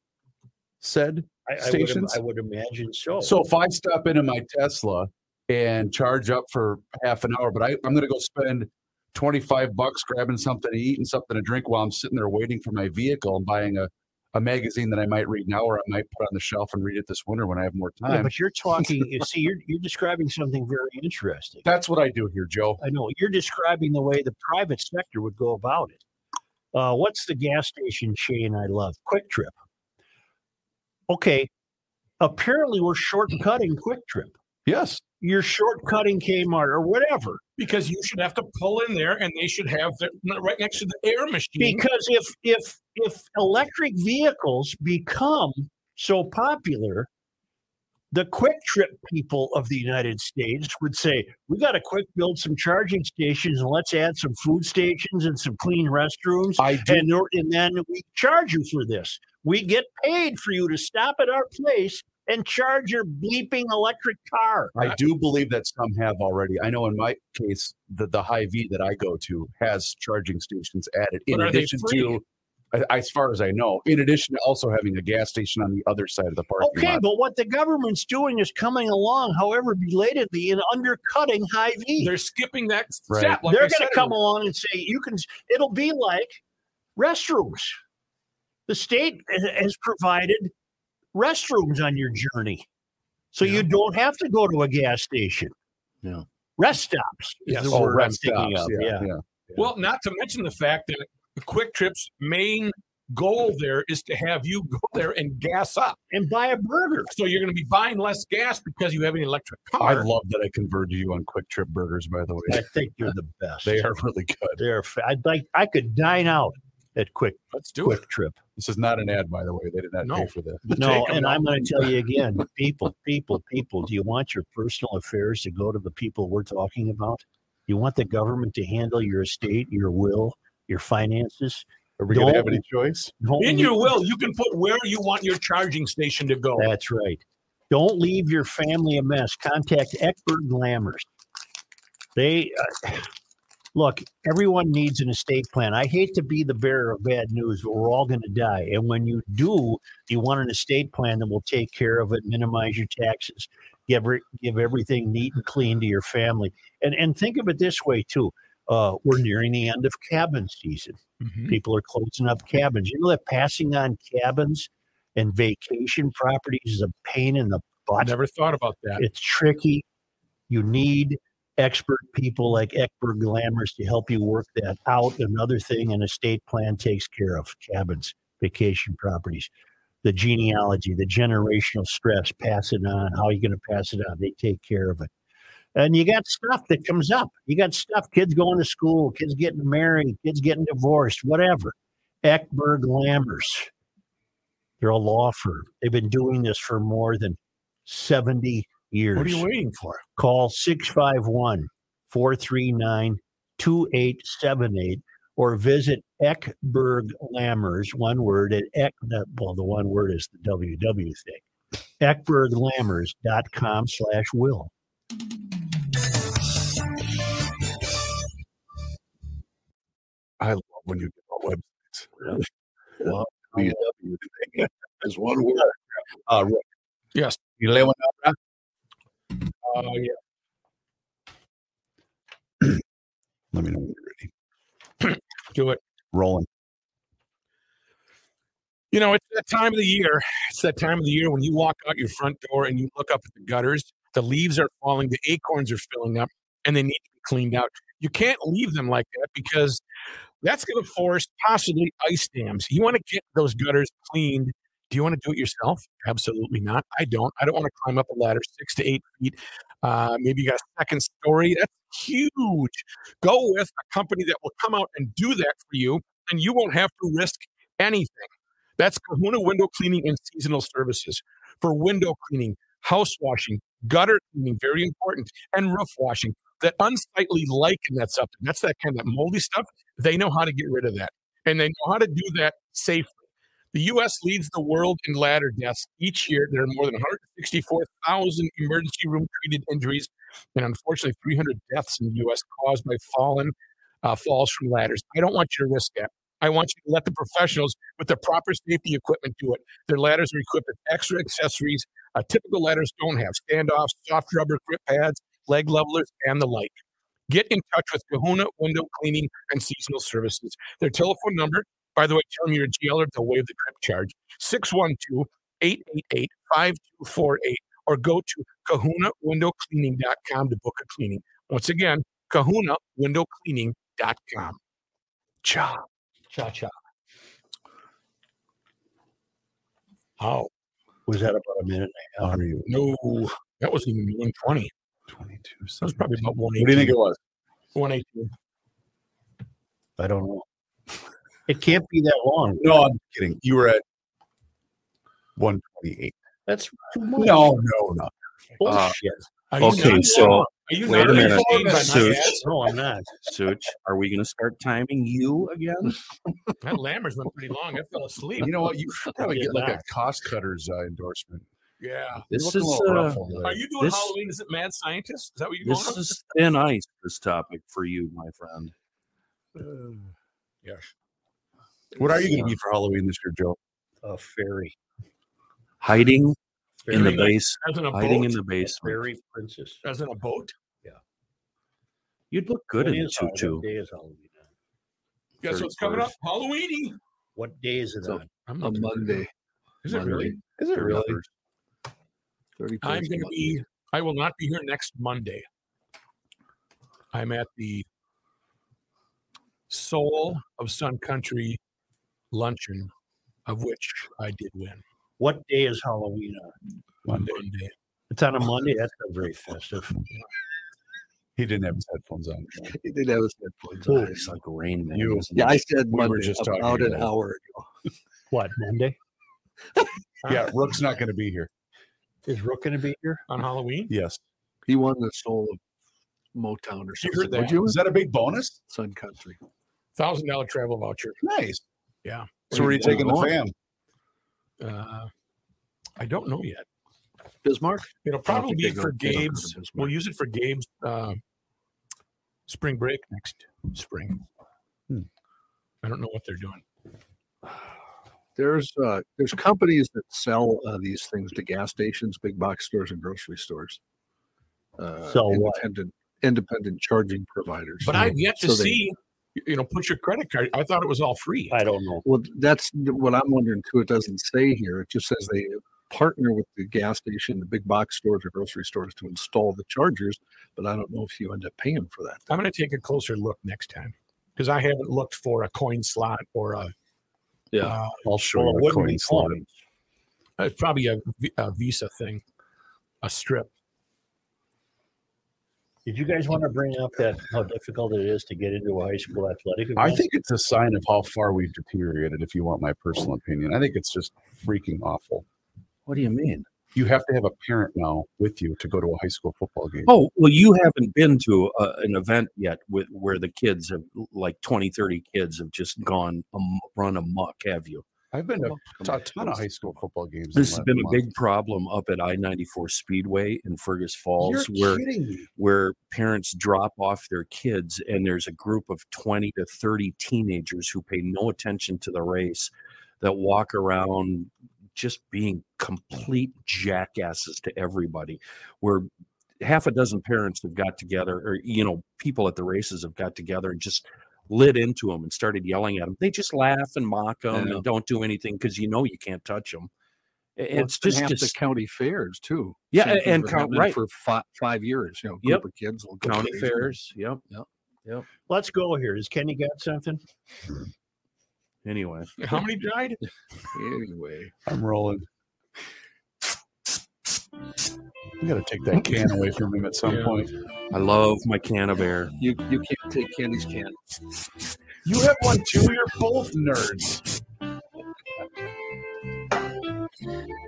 B: said
A: I, I would im-
B: stations?
A: I would imagine so.
B: So if I stop into my Tesla and charge up for half an hour, but I, I'm going to go spend 25 bucks grabbing something to eat and something to drink while I'm sitting there waiting for my vehicle and buying a, a magazine that I might read now or I might put on the shelf and read it this winter when I have more
A: Yeah,
B: time.
A: but you're talking, you see, you're, you're describing something very interesting.
B: (laughs) That's what I do here, Joe.
A: I know you're describing the way the private sector would go about it. Uh, what's the gas station chain I love? Quick Trip. Okay, apparently we're shortcutting Quick Trip.
B: Yes.
A: You're shortcutting Kmart or whatever
E: because you should have to pull in there and they should have the, right next to the air machine.
A: because if if if electric vehicles become so popular The quick trip people of the United States would say, we got to quick build some charging stations and let's add some food stations and some clean restrooms.
B: I do.
A: And, there- and then we charge you for this. We get paid for you to stop at our place and charge your bleeping electric car.
B: I do believe that some have already. I know in my case, the the high V that I go to has charging stations added in
E: But are they
B: addition
E: free?
B: to, I- as far as I know, in addition to also having a gas station on the other side of the parking
A: Okay,
B: lot.
A: but what the government's doing is coming along, however, belatedly and undercutting high V.
E: They're skipping that
B: Right.
E: step. like I
A: They're
E: said
A: going
E: it
A: to come
E: was.
A: along and say you can. It'll be like restrooms. The state ha- has provided restrooms on your journey, so you don't have to go to a gas station.
C: Yeah.
A: Rest stops is
E: Yes.
A: the
E: Oh,
A: word I'm
B: rest
A: thinking
B: stops,
A: of. Yeah.
E: Well, not to mention the fact that the Quick Trip's main goal there is to have you go there and gas up.
A: and buy a burger.
E: So you're going to be buying less gas because you have an electric
B: I
E: car.
B: love that I converted you on Quick Trip burgers. By the
A: I
B: way,
A: think you're the best.
B: (laughs) they are really good.
A: They're. fa- I'd like. I could dine out at Quick
E: Let's do it.
A: Quick Trip.
B: This is not an ad, by the way. They did not
E: No.
B: pay for this.
A: No,
E: Take 'em
A: and
E: out.
A: I'm
E: (laughs)
A: going to tell you again, people, people, people. Do you want your personal affairs to go to the people we're talking about? You want the government to handle your estate, your will, your finances?
B: Are we going to have
A: Don't-
B: any choice?
A: Don't
E: In
A: leave-
E: your will, you can put where you want your charging station to go.
A: That's right. Don't leave your family a mess. Contact Eckberg and Lammers. They uh, look. Everyone needs an estate plan. I hate to be the bearer of bad news, but we're all going to die. And when you do, you want an estate plan that will take care of it, minimize your taxes, give re- give everything neat and clean to your family. And and think of it this way too. Uh, we're nearing the end of cabin season.
E: Mm-hmm.
A: People are closing up cabins. You know that passing on cabins and vacation properties is a pain in the
E: I
A: butt.
E: never thought about that.
A: It's tricky. You need expert people like Eckberg Glammers to help you work that out. Another thing an estate plan takes care of cabins, vacation properties, the genealogy, the generational stress, pass it on, how you going to pass it on. They take care of it. And you got stuff that comes up. You got stuff, kids going to school, kids getting married, kids getting divorced, whatever. Eckberg Lammers. They're a law firm. They've been doing this for more than 70 years
E: What are you waiting for?
A: call 651 439 2878 or visit Eckberg Lammers, one word at Eck, that, well, the one word is the WW thing, eckberglammers.com slash will.
B: I love when you get on (laughs) websites.
D: Wow.
B: BW.
D: As one word.
A: (laughs)
B: Uh, Rick.
E: Yes.
B: You lay one out, Rick?
E: Uh, yeah.
B: (clears throat) Let me know when you're ready.
E: Do it.
B: Rolling.
E: You know, it's that time of the year. It's that time of the year when you walk out your front door and you look up at the gutters. The leaves are falling, the acorns are filling up, and they need to be cleaned out. You can't leave them like that because that's going to force possibly ice dams. You want to get those gutters cleaned. Do you want to do it yourself? Absolutely not. I don't. I don't want to climb up a ladder six to eight feet. Uh, maybe you got a second story. That's huge. Go with a company that will come out and do that for you, and you won't have to risk anything. That's Kahuna Window Cleaning and Seasonal Services for window cleaning, house washing, gutter cleaning, very important, and roof washing. That unsightly lichen that's up there, that's that kind of moldy stuff. They know how to get rid of that, and they know how to do that safely. The U.S. leads the world in ladder deaths each year. There are more than 164,000 emergency room treated injuries, and unfortunately, 300 deaths in the U.S. caused by fallen uh, falls from ladders. I don't want you to risk that. I want you to let the professionals with the proper safety equipment do it. Their ladders are equipped with extra accessories uh, typical ladders don't have standoffs, soft rubber grip pads, leg levelers, and the like. Get in touch with Kahuna Window Cleaning and Seasonal Services. Their telephone number, by the way, tell them you're a GLer, they'll waive the trip charge, 612 888 5248, or go to kahunawindowcleaning.com to book a cleaning. Once again, kahunawindowcleaning.com. Cha. Cha cha. How?
A: Was that about a minute?
B: How are you?
E: No, that wasn't even 120.
B: 22
E: That was
B: seconds.
E: probably about
B: What do you think
E: 118.
B: it was?
E: 118.
A: I don't
C: (laughs)
A: know. It can't be that long.
B: No, I'm kidding. You were at 128.
A: That's too much.
B: No, no, no.
C: Uh,
A: Bullshit.
E: Are you
C: Okay,
E: not-
C: so
E: are you
C: wait
E: not
C: a minute. (laughs)
E: informed by my
C: So-
E: ass?
A: no, I'm not.
C: Such, are we going to start timing you again?
E: That Lammers went pretty long. I fell asleep.
B: You know (laughs) what? You should probably
A: Yeah,
B: get like a
A: that.
B: cost cutters uh, endorsement.
E: Yeah.
C: This
B: You
C: is
B: look a little
C: uh,
B: rough over there.
E: Are you doing
C: This-
E: Halloween? Is it Mad Scientist? Is that what you're
C: this
E: going on?
C: is thin ice. This topic for you, my friend. uh,
B: What are you going to be for Halloween this year, Joe?
A: A fairy.
C: Hiding in the
E: Fairy.
C: base,
E: As in a
C: hiding
E: boat?
C: in the basement.
A: Fairy princess.
E: As in a boat?
C: You'd look good
A: What
C: in a
A: is Hall-
C: tutu.
A: What day is Halloween? on?
E: Guess what's coming up? Halloweeny.
A: What day is it
D: So-
A: on?
E: I'm
D: on Monday.
E: Is it really?
B: Is it really?
D: Thirty.
E: I'm going to
D: (laughs)
E: be. I will not be here next Monday. I'm at the Soul of Sun Country luncheon, of which I did win
A: What day is Halloween on?
B: Monday.
E: Monday.
A: It's on a Monday. That's not very festive.
B: He didn't have his headphones on.
D: He did have his headphones on.
C: It's like rain, man.
B: You-
C: isn't
D: Yeah,
C: it?
D: I said
B: were
D: Monday,
B: just talking
D: about an
B: about it.
D: hour ago.
A: What Monday?
B: Yeah, Rook's not going to be here.
A: Is Rook going to be here?
E: on Halloween.
B: Yes.
D: He won the soul of Motown or something.
E: heard that?
D: would you?
B: Is that a big bonus?
D: Sun Country.
E: Thousand dollar travel voucher.
B: Nice.
E: Yeah.
B: So are you taking the fam?
E: Uh, I don't know yet.
D: Bismarck. I
E: It'll
D: don't
E: probably
D: think
E: be
D: they go-
E: for
D: they don't go to
E: Gabe's.
D: Bismarck.
E: We'll use it for Gabe's uh, spring break next spring.
B: Hmm.
E: I don't know what they're doing.
D: There's uh, there's companies that sell uh, these things to gas stations, big box stores, and grocery stores. Uh,
A: Sell what?
D: independent independent charging providers.
E: But I've yet to
D: So they-
E: see. You know, put your credit card. I thought it was all free.
A: I don't know.
D: Well, that's what I'm wondering too. It doesn't say here. It just says they partner with the gas station, the big box stores, or grocery stores to install the chargers. But I don't know if you end up paying for that.
E: I'm going to take a closer look next time because I haven't looked for a coin slot or a.
D: Yeah.
E: uh,
B: I'll show
A: Well, it
B: you a
A: wouldn't
B: coin
A: be
B: slot.
A: coins.
E: it's uh, probably a, V- a Visa thing, a strip.
A: Did you guys want to bring up that how difficult it is to get into a high school athletic? Event?
B: I think it's a sign of how far we've deteriorated, if you want my personal opinion. I think it's just freaking awful.
C: What do you mean?
B: You have to have a parent now with you to go to a high school football game.
C: Oh, well, you haven't been to uh an event yet with, where the kids have, like 20, 30 kids have just gone um, run amok, have you?
B: I've been
A: Oh
B: to a ton of high school football games. in
C: This
B: the
C: has
B: last
C: been a
B: month.
C: big problem up at I 94 Speedway in Fergus Falls,
B: You're
C: where
B: kidding me.
C: where parents drop off their kids and there's a group of 20 to 30 teenagers who pay no attention to the race that walk around just being complete jackasses to everybody where half a dozen parents have got together or you know people at the races have got together and just lit into them and started yelling at them they just laugh and mock them
D: Yeah.
C: and don't do anything because you know you can't touch them it's
D: Well,
C: just,
D: half
C: just
D: the county fairs too.
C: Yeah,
D: Same
C: a-
D: things
C: and
D: were
C: count-
D: happening
C: right.
D: for five, five years. You know,
C: Yep.
D: group of kids will go
C: county
D: crazy.
C: fairs yep
A: Let's go here. Is Kenny got something?
C: anyway
E: How many died?
D: Anyway,
B: I'm rolling. You got to take that can away from him at some
E: Yeah.
B: point.
C: i love my can of air
D: you you can't take Candy's can.
B: You have one too. You're both nerds.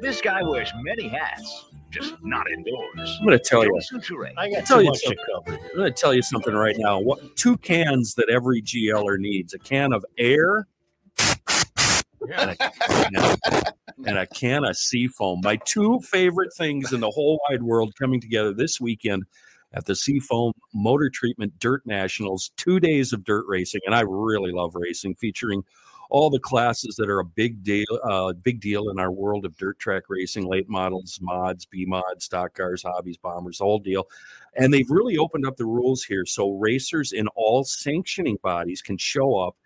G: This guy wears many hats, just not indoors.
C: I'm going to tell you.
G: Don't suturate.
A: I got
C: Tell
A: too
C: you
A: much to cover.
C: I'm going to tell you something right now. What two cans that every GLer needs: a can of air
E: Yeah.
C: and a, and a can of seafoam. My two favorite things in the whole wide world coming together this weekend at the Seafoam Motor Treatment Dirt Nationals. Two days of dirt racing, and I really love racing, featuring all the classes that are a big deal, uh, big deal in our world of dirt track racing: late models, mods, B mods, stock cars, hobbies, bombers, the whole deal. And they've really opened up the rules here. So racers in all sanctioning bodies can show up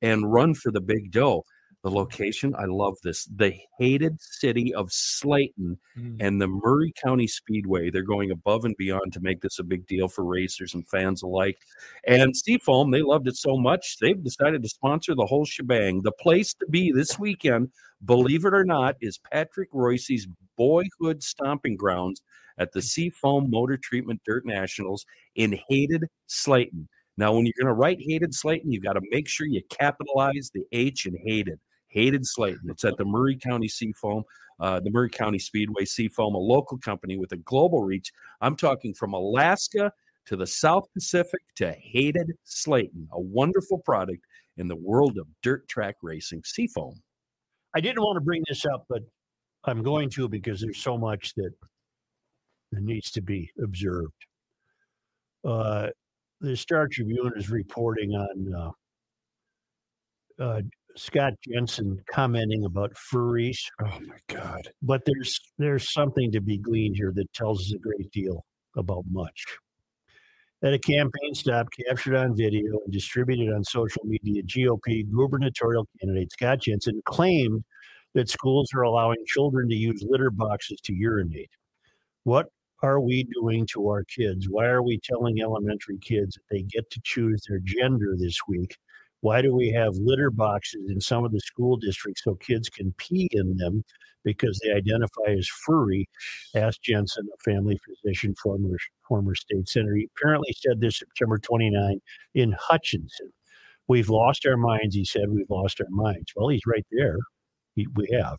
C: and run for the big dough. The location, I love this. The hated city of Slayton
E: Mm.
C: and the Murray County Speedway. They're going above and beyond to make this a big deal for racers and fans alike. And Seafoam, they loved it so much, they've decided to sponsor the whole shebang. The place to be this weekend, believe it or not, is Patrick Royce's boyhood stomping grounds at the Seafoam Motor Treatment Dirt Nationals in Hated Slayton. Now, when you're going to write Hated Slayton, you've got to make sure you capitalize the H in Hated. hated Slayton. It's at the Murray County Seafoam, uh, the Murray County Speedway Seafoam, a local company with a global reach. I'm talking from Alaska to the South Pacific to hated Slayton, a wonderful product in the world of dirt track racing,
A: (laughs)
C: Seafoam.
A: I didn't want to bring this up, but I'm going to because there's so much that needs to be observed. Uh, the Star Tribune is reporting on uh, uh, Scott Jensen commenting about furries,
B: Oh my God.
A: but there's there's something to be gleaned here that tells us a great deal about much. At a campaign stop captured on video and distributed on social media, GOP gubernatorial candidate Scott Jensen claimed that schools are allowing children to use litter boxes to urinate. What are we doing to our kids? Why are we telling elementary kids that they get to choose their gender this week? Why do we have litter boxes in some of the school districts so kids can pee in them because they identify as furry, asked Jensen, a family physician, former former state senator. He apparently said this September 29 in Hutchinson. We've lost our minds, he said. We've lost our minds. Well, he's right there. He, we have.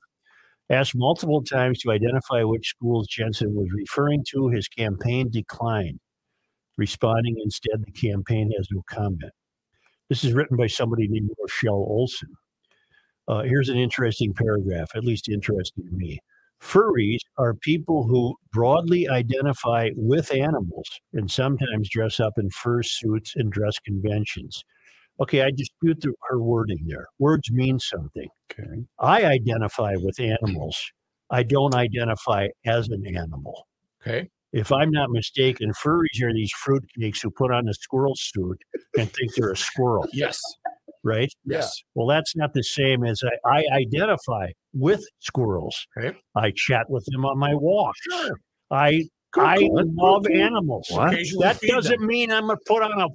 A: Asked multiple times to identify which schools Jensen was referring to, his campaign declined. Responding instead, the campaign has no comment. This is written by somebody named Rochelle Olson. Uh, here's an interesting paragraph, at least interesting to me. Furries are people who broadly identify with animals and sometimes dress up in fur suits and dress conventions. Okay, I dispute the, her wording there. Words mean something.
B: Okay.
A: I identify with animals. I don't identify as an animal.
E: Okay.
A: If I'm not mistaken, furries are these fruitcakes who put on a squirrel suit and think they're a squirrel,
E: Yes.
A: right?
E: Yes.
A: Well, that's not the same as I, I identify with squirrels.
E: Okay.
A: I chat with them on my walks. I I love animals.
E: Occasionally
A: That
E: feed them.
A: doesn't mean I'm gonna put on a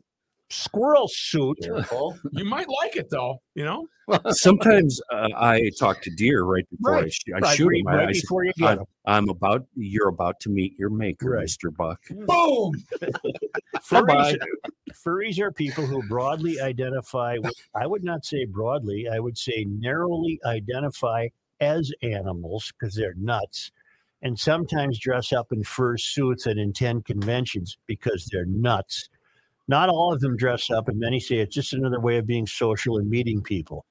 A: squirrel suit.
E: You might like it though. You know.
C: Sometimes uh, I talk to deer right before I,
A: Right.
C: sh- I shoot
A: right,
C: them. I,
A: right
C: I say,
A: before you get 'em.
C: I'm about you're about to meet your maker,
A: Right.
C: Mr. Buck.
E: Boom.
A: Furries, furries are people who broadly identify with, I would not say broadly, I would say narrowly identify as animals because they're nuts and sometimes dress up in fur suits and attend conventions because they're nuts. Not all of them dress up, and many say it's just another way of being social and meeting people.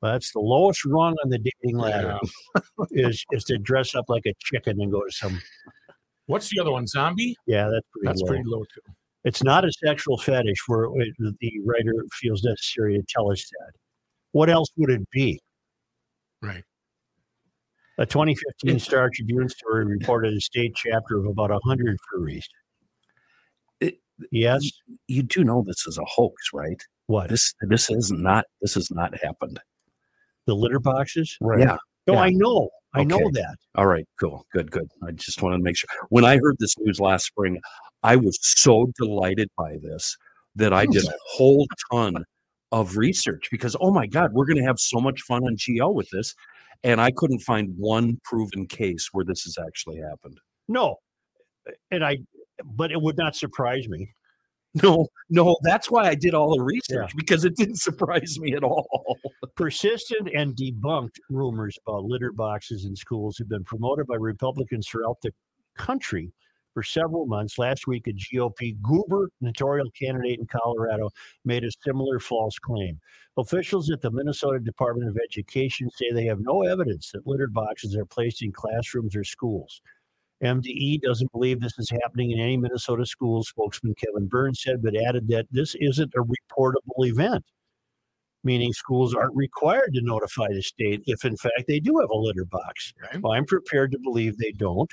A: Well, that's the lowest rung on the dating ladder is is to dress up like a chicken and go to some.
E: What's the other one? Zombie.
A: Yeah, that's pretty.
E: That's
A: low.
E: pretty low too.
A: It's not a sexual fetish where it- the writer feels necessary to tell us that. What else would it be?
E: Right.
A: A 2015 Star Tribune story reported a state chapter of about 100 furries.
C: It-
A: yes.
C: You do know this is a hoax, right?
A: What?
C: This this is not this has not happened.
A: the litter boxes?
C: Right. Yeah.
A: No,
C: Yeah.
A: I know. I know
C: Okay.
A: that.
C: All right, cool. Good, good. I just wanted to make sure. When I heard this news last spring, I was so delighted by this that I did a whole ton of research because, oh my God, we're going to have so much fun on GL with this. And I couldn't find one proven case where this has actually happened.
A: No. And I, but it would not surprise me.
C: No, no, that's why I did all the research because it didn't (laughs) surprise me at all.
A: Persistent and debunked rumors about litter boxes in schools have been promoted by Republicans throughout the country for several months. Last week, a GOP gubernatorial candidate in Colorado made a similar false claim. Officials at the Minnesota Department of Education say they have no evidence that litter boxes are placed in classrooms or schools. MDE doesn't believe this is happening in any Minnesota schools, spokesman Kevin Burns said, but added that this isn't a reportable event meaning schools aren't required to notify the state if, in fact, they do have a litter box.
E: Okay.
A: Well, I'm prepared to believe they don't.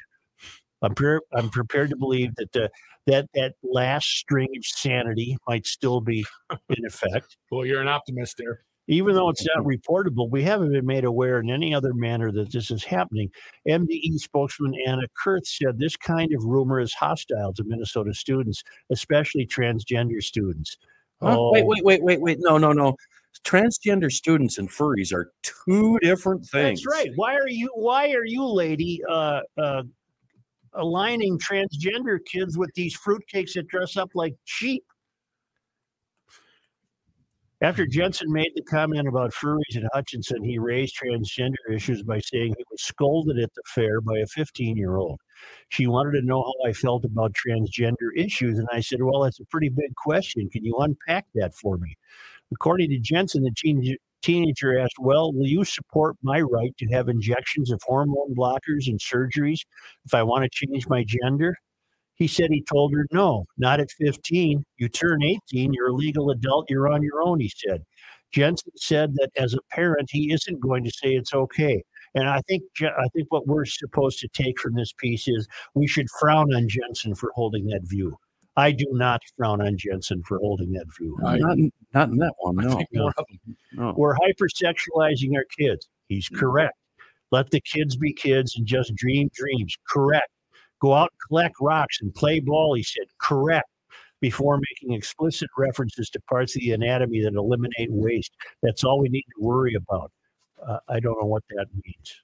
A: I'm, pre- I'm prepared to believe that the, that that last string of sanity might still be in effect,
E: Well, you're an optimist there.
A: even though it's not reportable. We haven't been made aware in any other manner that this is happening. MDE spokesman Anna Kurth said this kind of rumor is hostile to Minnesota students, especially transgender students. Oh,
C: Huh? Wait, wait, wait, wait, wait. No, no, no. Transgender students and furries are two different things.
A: That's right. Why are you why are you lady uh uh aligning transgender kids with these fruitcakes that dress up like sheep? After Jensen made the comment about furries at Hutchinson, he raised transgender issues by saying he was scolded at the fair by a 15 year old. She wanted to know how I felt about transgender issues, and I said, Well, that's a pretty big question. Can you unpack that for me? According to Jensen, the teen- teenager asked, Well, will you support my right to have injections of hormone blockers and surgeries if I want to change my gender? He said he told her, No, not at 15. You turn 18, you're a legal adult, you're on your own, he said. Jensen said that as a parent, he isn't going to say it's okay. And I think Je- I think what we're supposed to take from this piece is we should frown on Jensen for holding that view. I do not frown on Jensen for holding that view.
C: Not in, not in that one. No.
A: No.
B: Oh.
C: no.
A: We're hypersexualizing our kids. He's correct. Let the kids be kids and just dream dreams. Correct. Go out and collect rocks and play ball, he said. Correct. Before making explicit references to parts of the anatomy that eliminate waste. That's all we need to worry about. Uh, I don't know what that means.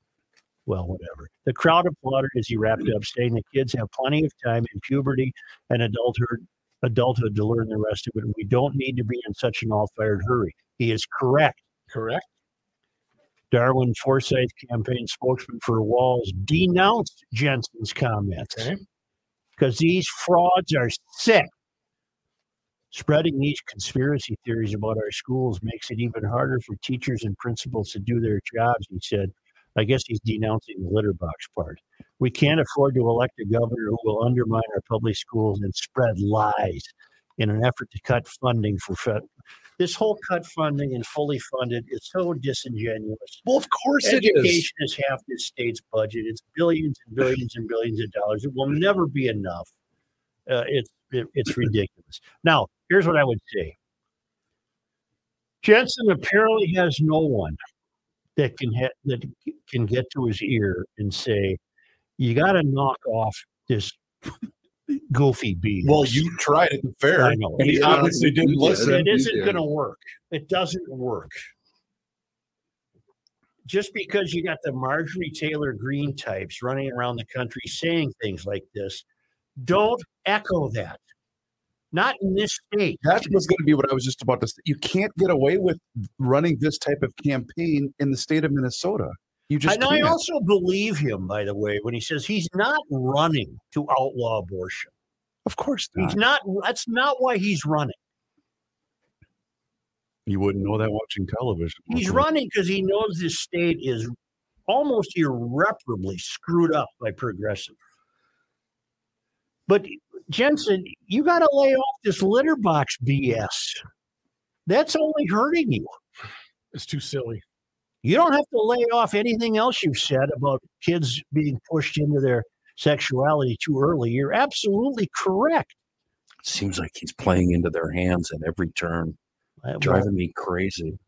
A: Well, whatever. The crowd applauded as he wrapped up, saying the kids have plenty of time in puberty and adulthood, adulthood to learn the rest of it. We don't need to be in such an all fired hurry. He is correct.
E: Correct.
A: Darwin Forsyth campaign spokesman for Walls denounced Jensen's comments
E: Okay.
A: because these frauds are sick. Spreading these conspiracy theories about our schools makes it even harder for teachers and principals to do their jobs, he said. I guess he's denouncing the litter box part. We can't afford to elect a governor who will undermine our public schools and spread lies in an effort to cut funding for fed. This whole cut funding and fully funded is so disingenuous.
B: Well, of course it is.
A: Education is half this state's budget. It's billions and billions and billions of dollars. It will never be enough. Uh, it's it, it's ridiculous. Now, here's what I would say. Jensen apparently has no one that can ha- that can get to his ear and say, "You got to knock off this goofy beat."
B: Well, you tried at the fair,
A: I
B: and
A: know.
B: he
A: Yeah.
B: obviously didn't
D: Yeah.
B: listen.
A: it
D: you
A: isn't
D: did.
A: going to work. It doesn't work. Just because you got the Marjorie Taylor Green types running around the country saying things like this, don't echo that. Not in this state.
B: That was going to be what I was just about to say. You can't get away with running this type of campaign in the state of Minnesota. You just
A: And I
B: can't.
A: also believe him, by the way, when he says he's not running to outlaw abortion.
B: of course not.
A: He's not. That's not why he's running.
B: You wouldn't know that watching television.
A: He's
B: Okay.
A: running because he knows this state is almost irreparably screwed up by progressive. But Jensen, you got to lay off this litter box BS. That's only hurting you.
E: It's too silly.
A: You don't have to lay off anything else you've said about kids being pushed into their sexuality too early. You're absolutely correct.
C: Seems like he's playing into their hands at every turn,
A: Uh, well,
C: driving me crazy.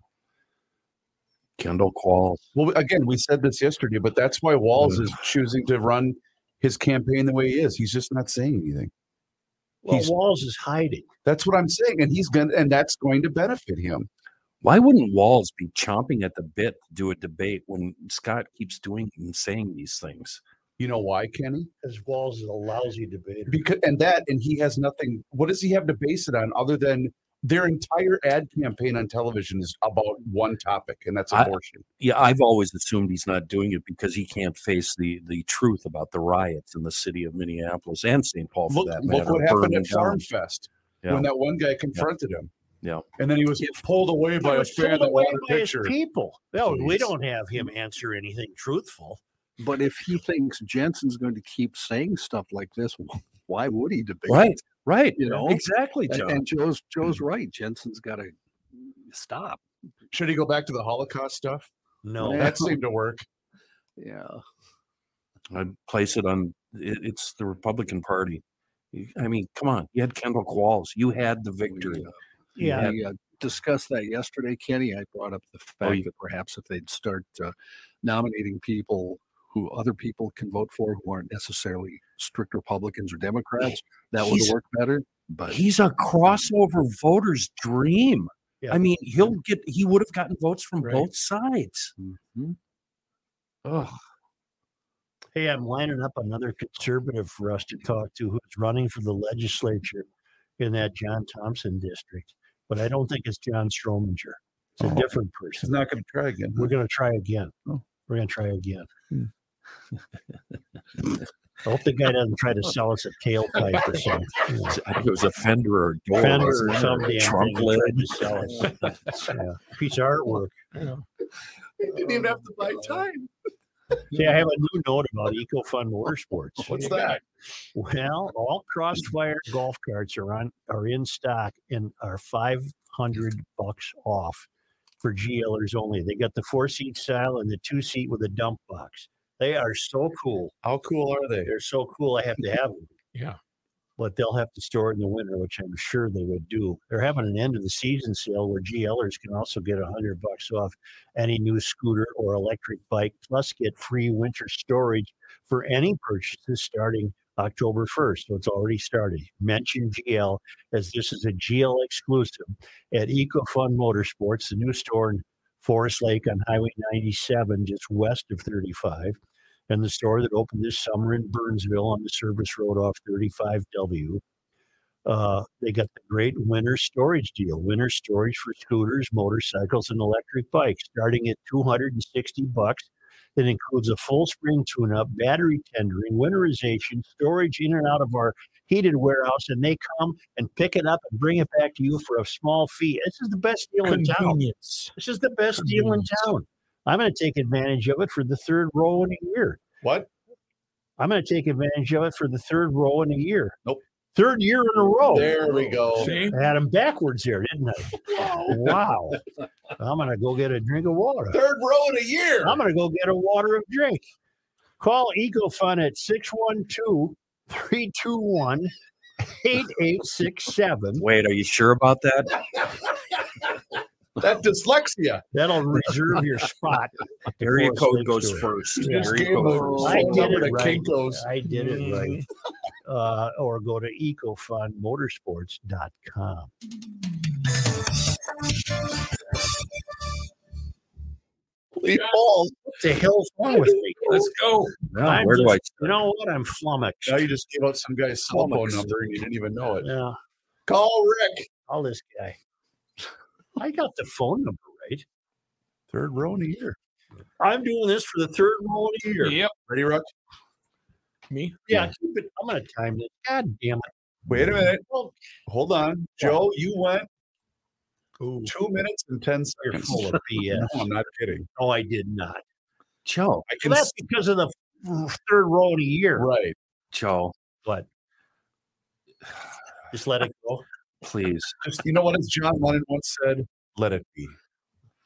C: Kendall Qualls.
B: Well, again, we said this yesterday, but that's why Walls is choosing to run his campaign the way he is. He's just not saying anything.
A: well,
B: he's-
A: Walls is hiding.
B: That's what I'm saying, and he's going, to and that's going to benefit him.
C: Why wouldn't Walls be chomping at the bit to do a debate when Scott keeps doing and saying these things?
B: You know why, Kenny?
A: Because Walls is a lousy debater.
B: because and that and he has nothing what does he have to base it on other than their entire ad campaign on television is about one topic and that's
C: I-
B: abortion
C: Yeah, I've always assumed he's not doing it because he can't face the the truth about the riots in the city of Minneapolis and St. Paul. For
B: look,
C: that
B: look
C: matter,
B: what happened
C: burning
B: at farm
C: down.
B: fest
C: Yeah.
B: when that one guy confronted him
C: Yeah.
B: and then he was pulled away by
A: He
B: a
A: was
B: fan
A: pulled
B: that
A: away
B: wanted a
A: by his
B: picture
A: people. No, we
B: Jeez.
A: don't have him answer anything truthful.
D: But if he thinks Jensen's going to keep saying stuff like this, (laughs) why would he debate?
C: Right,
D: it,
C: right,
D: You know,
C: exactly,
D: And,
C: John.
D: and Joe's Joe's right. Jensen's got to stop.
B: should he go back to the holocaust stuff
A: No.
D: Yeah.
B: that
A: (laughs)
B: seemed to work
D: Yeah.
C: I place it on it, it's the Republican Party. You- I mean, come on, you had Kendall Qualls, you had the victory.
A: Yeah.
D: We uh, discussed that yesterday, Kenny. I brought up the
B: Oh,
D: fact
C: you-
D: that perhaps if they'd start uh, nominating people who other people can vote for who aren't necessarily strict Republicans or Democrats, that would
C: he's-
D: work better. But
C: He's a crossover voter's dream.
A: Yeah.
C: I mean, he'll get he would have gotten votes from
E: Right.
C: both sides.
D: Mhm.
C: Ugh.
A: Hey, I'm lining up another conservative for us to talk to who's running for the legislature in that John Thompson district. but I don't think it's John Strominger. It's a
B: Oh.
A: different person.
B: He's not going to try again.
A: We're going to try again.
B: Oh.
A: We're going to try again. (laughs) I hope the guy doesn't try to sell us a tailpipe or something. you know,
C: I think it was a fender or a door,
A: Fender
C: wasn't
A: or
C: it?
A: some damn thing
C: trunk
A: he
C: lid.
A: tried to sell us. Yeah, Piece of artwork.
B: He didn't even have to buy
D: Uh,
B: time.
A: See, I have a new note about EcoFund water sports.
B: (laughs) What's that?
A: Well, all Crossfire golf carts are on are in stock and are five hundred bucks off for GLers only. They got the four seat style and the two seat with a dump box. They are so cool.
B: How cool are they?
A: They're so cool. I have to have them.
E: Yeah.
A: But they'll have to store it in the winter, which I'm sure they would do. They're having an end of the season sale where GLers can also get a hundred bucks off any new scooter or electric bike, plus get free winter storage for any purchases starting October 1st. So it's already started. Mention GL as this is a GL exclusive at EcoFund Motorsports, the new store in Forest Lake on Highway 97, just west of 35 and the store that opened this summer in Burnsville on the service road off 35W. Uh, they got the great winter storage deal. Winter storage for scooters, motorcycles, and electric bikes, starting at 260 bucks. It includes a full spring tune-up, battery tendering, winterization, storage in and out of our heated warehouse, and they come and pick it up and bring it back to you for a small fee. This is the best deal in town.
E: Convenience.
A: This is the best deal in town. I'm going to take advantage of it for the third row in a year.
B: What?
A: I'm going to take advantage of it for the third row in a year.
B: Nope.
A: Third year in a row.
B: There we go.
E: See?
A: I had them backwards here, didn't I? wow. I'm going to go get a drink of water.
B: Third row in a year.
A: I'm going to go get a water of drink. Call EcoFund at 612 321 8867.
C: Wait, are you sure about that?
B: (laughs) That dyslexia.
A: That'll reserve your spot.
C: Area
A: Forest
C: code
A: Lake
C: goes
A: Store.
C: first.
A: Yeah.
B: Just
C: Area
B: gave a
C: code first.
A: Oh, I
B: phone
A: did
B: number
A: it Mm.
B: to
A: right.
B: Kinko's.
A: I did it right. Uh, or go to ecofundmotorsports.com.
B: Leave Paul.
A: What the hell's wrong with (laughs) me?
C: Let's go.
A: I'm
C: Where do I?
A: You know what? I'm flummoxed.
B: Now you just gave out some guy's cell phone
A: Flummoxed.
B: number and you didn't even know it.
A: Yeah,
B: Call Rick.
A: all this guy. I got the phone number right.
B: Third row in a year.
A: I'm doing this for the third roll of the year.
E: Yep.
B: Ready, Ruck?
E: Me.
A: Yeah, keep it. I'm gonna time this. God damn it.
B: Wait a minute. Hold on. Joe, you went two minutes and 10
A: You're (laughs)
B: seconds.
A: full of BS.
B: No, I'm not kidding.
A: No, I did not.
C: Joe,
B: I
A: So
B: can
A: that's because of the f- third roll of the year.
B: Right.
C: Joe,
A: Just let it go.
C: please.
B: Just you know what as John Lennon once said, let it be.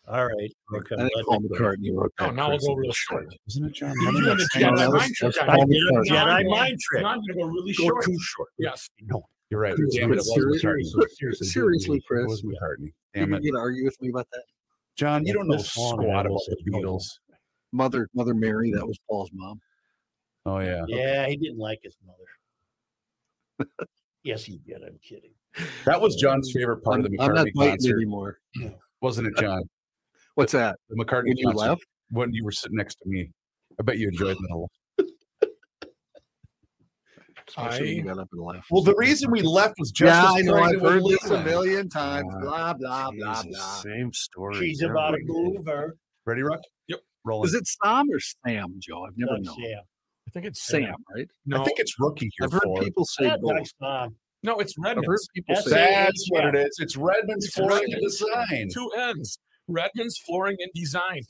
A: All right. Okay,
D: I think
A: let
D: Paul
A: it go.
D: McCartney wrote
E: Oh,
D: that.
E: now we'll
D: crazy.
E: go real short.
B: Isn't it John
E: You're doing
B: Lennon?
E: the
B: that sang
E: Jedi
D: that
B: that?
D: was-
E: mind trick.
D: that's
A: I
E: on
D: all
E: me.
A: did a
D: McCartney.
A: Jedi mind
E: Now
A: trick.
E: I'm going to go really
A: Go
E: short.
A: too short.
E: Yes.
A: No.
B: You're right.
D: Chris,
B: Damn it, it was
D: seriously-
B: McCartney.
D: seriously,
B: Seriously,
D: Chris.
B: It was McCartney. Damn
D: You
B: it.
D: gonna argue with me about that?
B: John, you
A: Yeah,
B: don't know
A: this song
B: squat about
A: was
B: the
A: a total-
B: Beatles.
D: Mother, Mother Mary, that was Paul's mom.
B: Oh yeah.
A: Yeah, he didn't like his mother. yes, he did. I'm kidding.
B: That was John's favorite part
D: I'm,
B: of the
D: I'm not
B: McCartney
D: biting
B: concert.
D: anymore.
B: Wasn't it, John?
D: What's that?
B: The McCartney
D: When you
B: concert,
D: left?
B: when you were sitting next to me. I bet you enjoyed that a lot.
D: I shouldn't
E: I
D: have got up and left.
B: Well, the reason we left was just
D: yeah,
B: as
D: I know.
B: trying
D: I've
B: to
D: heard
B: leave.
D: this a million times.
B: Uh,
C: Ah,
D: Blah blah blah
C: Jesus,
D: blah.
C: Same story.
A: She's about to
C: every day.
A: move her.
B: Ready, Rock?
E: Yep.
B: Rolling.
D: Is it Sam or Sam, Joe? I've never
A: Doug
D: known.
A: Sam.
E: think it's
D: Sam, right?
E: No,
B: I think it's rookie here
D: I've heard
B: for.
D: people say
A: Not
D: both.
A: Doug Sam.
E: no, it's
D: I've heard
E: Redmond's.
D: people
A: That's
D: say.
A: it.
B: That's what it is. It's Redmond's
E: It's
B: flooring
E: Redmond.
B: and design.
E: Two ends. Redmond's Flooring and Design,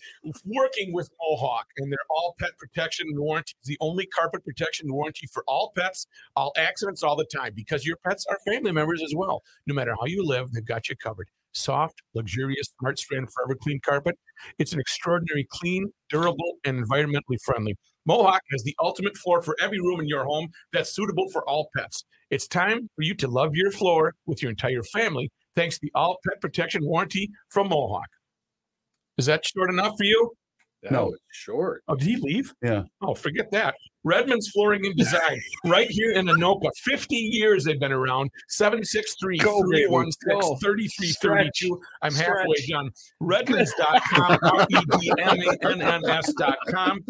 E: working with Mohawk and their all pet protection and warranty, the only carpet protection warranty for all pets, all accidents, all the time, because your pets are family members as well. No matter how you live, they've got you covered. Soft, luxurious, smart strand forever clean carpet. It's an extraordinary clean, durable, and environmentally friendly. Mohawk has the ultimate floor for every room in your home that's suitable for all pets. It's time for you to love your floor with your entire family thanks to the all pet protection warranty from Mohawk. Is that short enough for you?
D: That
B: No.
D: was short.
E: Oh, did he leave?
B: Yeah.
E: Oh, forget that. Redmond's Flooring and
B: (laughs)
E: Design, right here in Anoka. 50 years they've been around. 763
B: Go, baby,
E: 316 3332. I'm
B: (laughs)
E: halfway done. Redmond's.com, R E D M A N N S.com.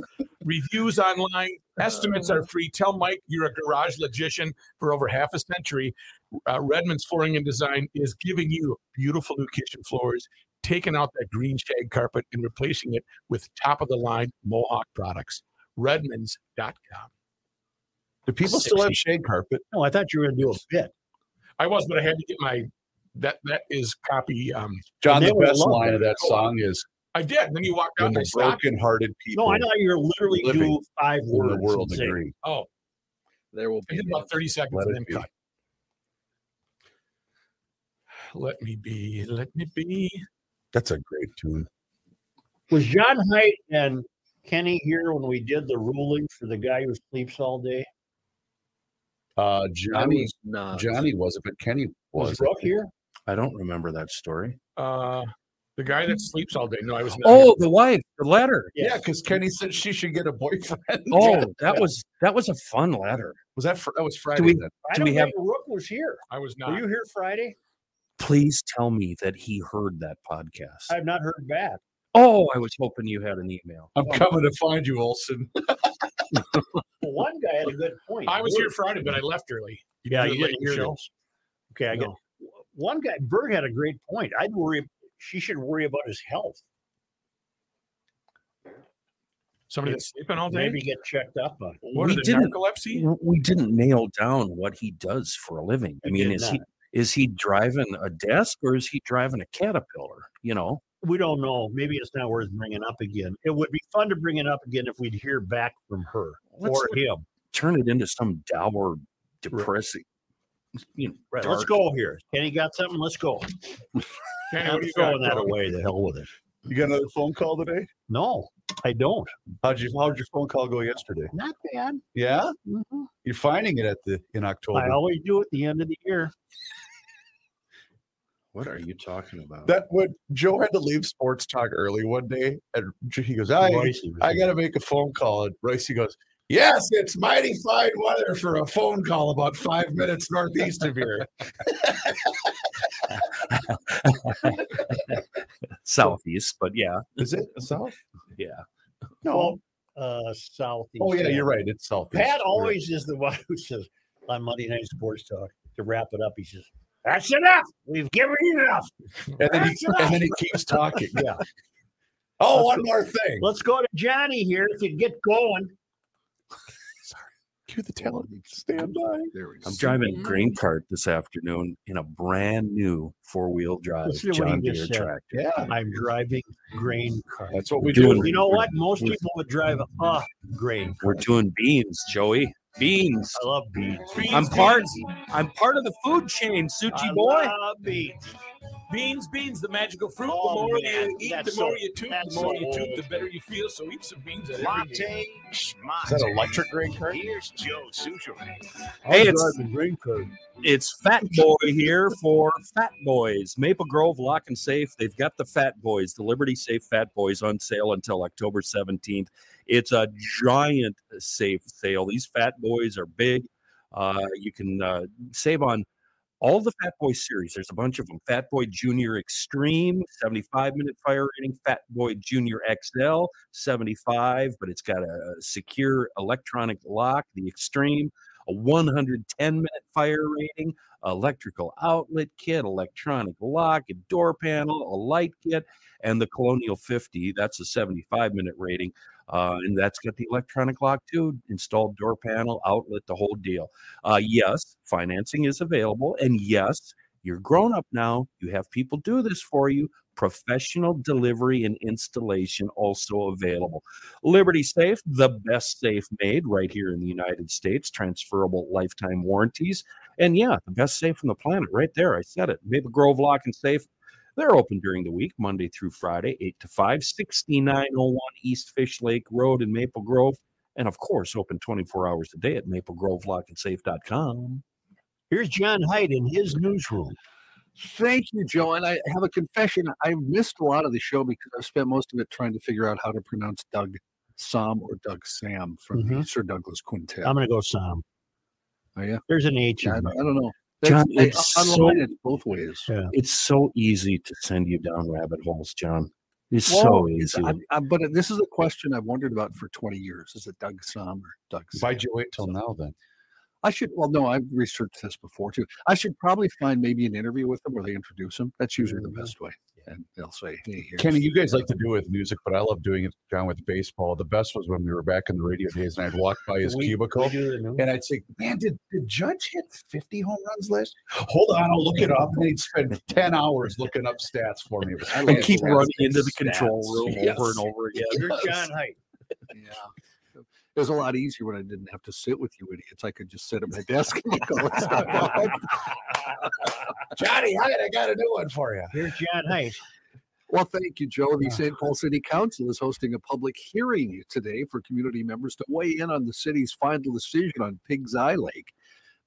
E: Reviews online. Estimates are free. Tell Mike you're a garage logician for over half a century. Uh, Redmond's Flooring and Design is giving you beautiful new kitchen floors, taking out that green shag carpet and replacing it with top of the line Mohawk products. Redmonds.com.
B: Do people still have shade carpet?
A: No, I thought you were going to do a bit.
E: I was, but I had to get my that that is copy. Um,
B: John,
A: They
B: the
A: would
B: best
A: love
B: line
A: it.
B: of that song is
E: I did. And then you walked out
B: when
E: and I
B: the
E: stopped.
B: broken hearted people
A: No, I thought you were literally
B: Living
A: do five
B: in
A: words.
B: the world
A: and say,
B: agree.
E: Oh,
D: There will
E: I
D: be
E: did about 30 seconds
B: Let
E: and
B: it
E: then
B: be.
E: cut. Let me be. Let me be.
B: That's a great tune.
A: Was John Height and Kenny here when we did the ruling for the guy who sleeps all day?
B: Uh,
D: I
B: Johnny,
D: mean, not
B: Johnny wasn't, but Kenny
A: Was
B: was.
A: Brooke here?
C: I don't remember that story.
E: Uh, the guy that sleeps all day. No, I was not.
C: Oh, the wife, the letter.
B: Yeah, because Kenny said she should get a boyfriend.
C: Oh, that was that was a fun letter.
B: was that fr- that was Friday?
C: we-
B: then.
A: I
C: Do
A: don't
C: we have-
A: think Rook was here.
E: I was
A: Were
E: not.
A: you here Friday?
C: Please tell me that he heard that podcast.
A: I've not heard back.
C: oh, I was hoping you had an email.
B: I'm coming to find you, Olson. (laughs)
A: Well, one guy had a good point.
E: I was here
A: Bert.
E: Friday, but I left early.
A: Yeah,
E: Do
A: you
E: it
A: didn't
E: later,
A: hear
E: Joe.
A: this. Okay, I
E: No.
A: got one guy. Bird had a great point. I'd worry. She should worry about his health.
E: Somebody that's sleeping all day.
A: Maybe get checked up on.
E: What
C: We
E: is it,
C: didn't-
E: narcolepsy?
C: W- We didn't nail down what he does for a living. I
A: We
C: mean,
A: did
C: is he is he driving a desk or is he driving a caterpillar? You know,
A: We don't know. Maybe it's not worth bringing up again. It would be fun to bring it up again if we'd hear back from her
C: Let's
A: or him.
C: turn it into some dour, depressing. (laughs) You know,
A: Let's
C: dark-
A: go here. Kenny got something. Let's go.
E: Kenny,
A: I'm
E: what do you got?
A: throwing that away. The hell with it.
B: You got another phone call today?
A: No, I don't.
B: How'd you how'd your phone call go yesterday?
A: Not bad.
B: Yeah,
A: Mhm.
B: you're finding it at the in
A: I
B: October.
A: always do at the end of the year.
C: What are you talking about?
B: That would Joe had to leave sports talk early one day, and he goes, "I
A: Royce, he was
B: I
A: here.
B: got to make a phone call." And Royce goes, "Yes, it's mighty fine weather for a phone call about five minutes northeast of here."
C: Southeast, but yeah,
B: Is it south?
C: yeah.
B: No.
A: uh, southeast.
B: Oh yeah, you're right. It's southeast.
A: Pat
B: You're right.
A: always is the one (laughs) who says on Monday Night Sports Talk to wrap it up. He says, "That's enough. We've given you enough."
B: and then, he,
A: That's
B: and then he keeps talking.
A: Yeah.
B: (laughs) Oh, one more thing.
A: Let's go to Johnny here. If you get going,
B: Cue the talent. Stand by.
D: There we go.
C: I'm driving a grain cart this afternoon in a brand new four wheel drive
A: Listen to what he
C: John Deere
A: just said.
C: tractor.
B: Yeah,
A: I'm driving grain cart.
B: that's what we
C: Doing
B: do.
A: You know what? Most people would drive a grain.
C: We're doing beans, Joey. Beans.
A: I love beans.
C: I'm part. I'm part of the food chain, Suchi
A: I
C: boy.
A: love beans.
E: Beans, beans, the magical fruit.
A: Oh,
E: the more
A: man,
E: you eat, the
A: that's
E: more
A: so-
E: you toot,
A: that's
E: the more
A: so
E: you toot,
A: old.
E: the better you feel. So eat some beans. at every meal.
G: Latte, schmate.
B: Is that electric grain cart?
G: Here's Joe Suchere.
C: Hey, it's
A: Driving grain cart.
C: it's Fat Boy here for Fat Boys. Maple Grove Lock and Safe. They've got the Fat Boys, the Liberty Safe Fat Boys on sale until October 17th. It's a giant safe sale. These Fat Boys are big. Uh, you can uh, save on all the Fat Boy series. There's a bunch of them. Fat Boy Junior Extreme, 75 minute fire rating. Fat Boy Junior XL, 75, but it's got a secure electronic lock. The Extreme a 110 minute fire rating, electrical outlet kit, electronic lock, a door panel, a light kit, and the Colonial 50. That's a 75 minute rating. Uh, and that's got the electronic lock too, installed door panel, outlet, the whole deal. Uh, yes, financing is available. And yes, you're grown up now. You have people do this for you. Professional delivery and installation also available. Liberty Safe, the best safe made right here in the United States, transferable lifetime warranties. And yeah, the best safe on the planet right there. I said it. Maple Grove Lock and Safe. They're open during the week, Monday through Friday, 8 to 5, 6901 East Fish Lake Road in Maple Grove. And of course, open 24 hours a day at maplegrovelockandsafe.com.
A: Here's John Hyde in his newsroom.
D: Thank you, Joe. And I have a confession. I missed a lot of the show because I spent most of it trying to figure out how to pronounce Doug Sam or Doug Sam from the
C: Mm-hmm.
A: Mhm.
D: Sir Douglas Quintet.
A: I'm going to go Sam.
D: Oh, yeah?
A: There's an H.
D: Yeah, I,
A: in there.
D: don't, I don't know.
C: John,
D: I-
C: it's
D: online
C: so-
D: it's both ways.
A: Yeah.
C: It's so easy to send you down rabbit holes, John. It's
D: Well,
C: so
D: it's-
C: easy.
D: I, I, but this is a question I've wondered about for 20 years. Is it Doug Sum or Doug? Sam?
B: Why'd you wait till now then?
D: I should. Well, no, I've researched this before too. I should probably find maybe an interview with them where they introduce them. That's usually the
C: Mm-hmm.
D: best way. And they'll say, "Hey, here's
B: Kenny, you guys like to do it with music, but I love doing it down with baseball. The best was when we were back in the radio days and I'd walk by his cubicle and I'd say, Man, did, did Judge hit 50 home runs last? Hold on, I'll look it up. And he'd spend 10 hours looking up stats for me.
D: love
C: and keep
D: that.
C: running into the control room
B: Yes.
C: over and over again.
A: You're John Height.
D: Yeah. It was a lot easier when I didn't have to sit with you idiots. I could just sit at my desk and look
B: (laughs)
D: all this stuff up.
B: Johnny Hyde, I got a new one for you.
A: Here's John Height.
D: Well, thank you, Joe. The St. Paul City Council is hosting a public hearing today for community members to weigh in on the city's final decision on Pig's Eye Lake.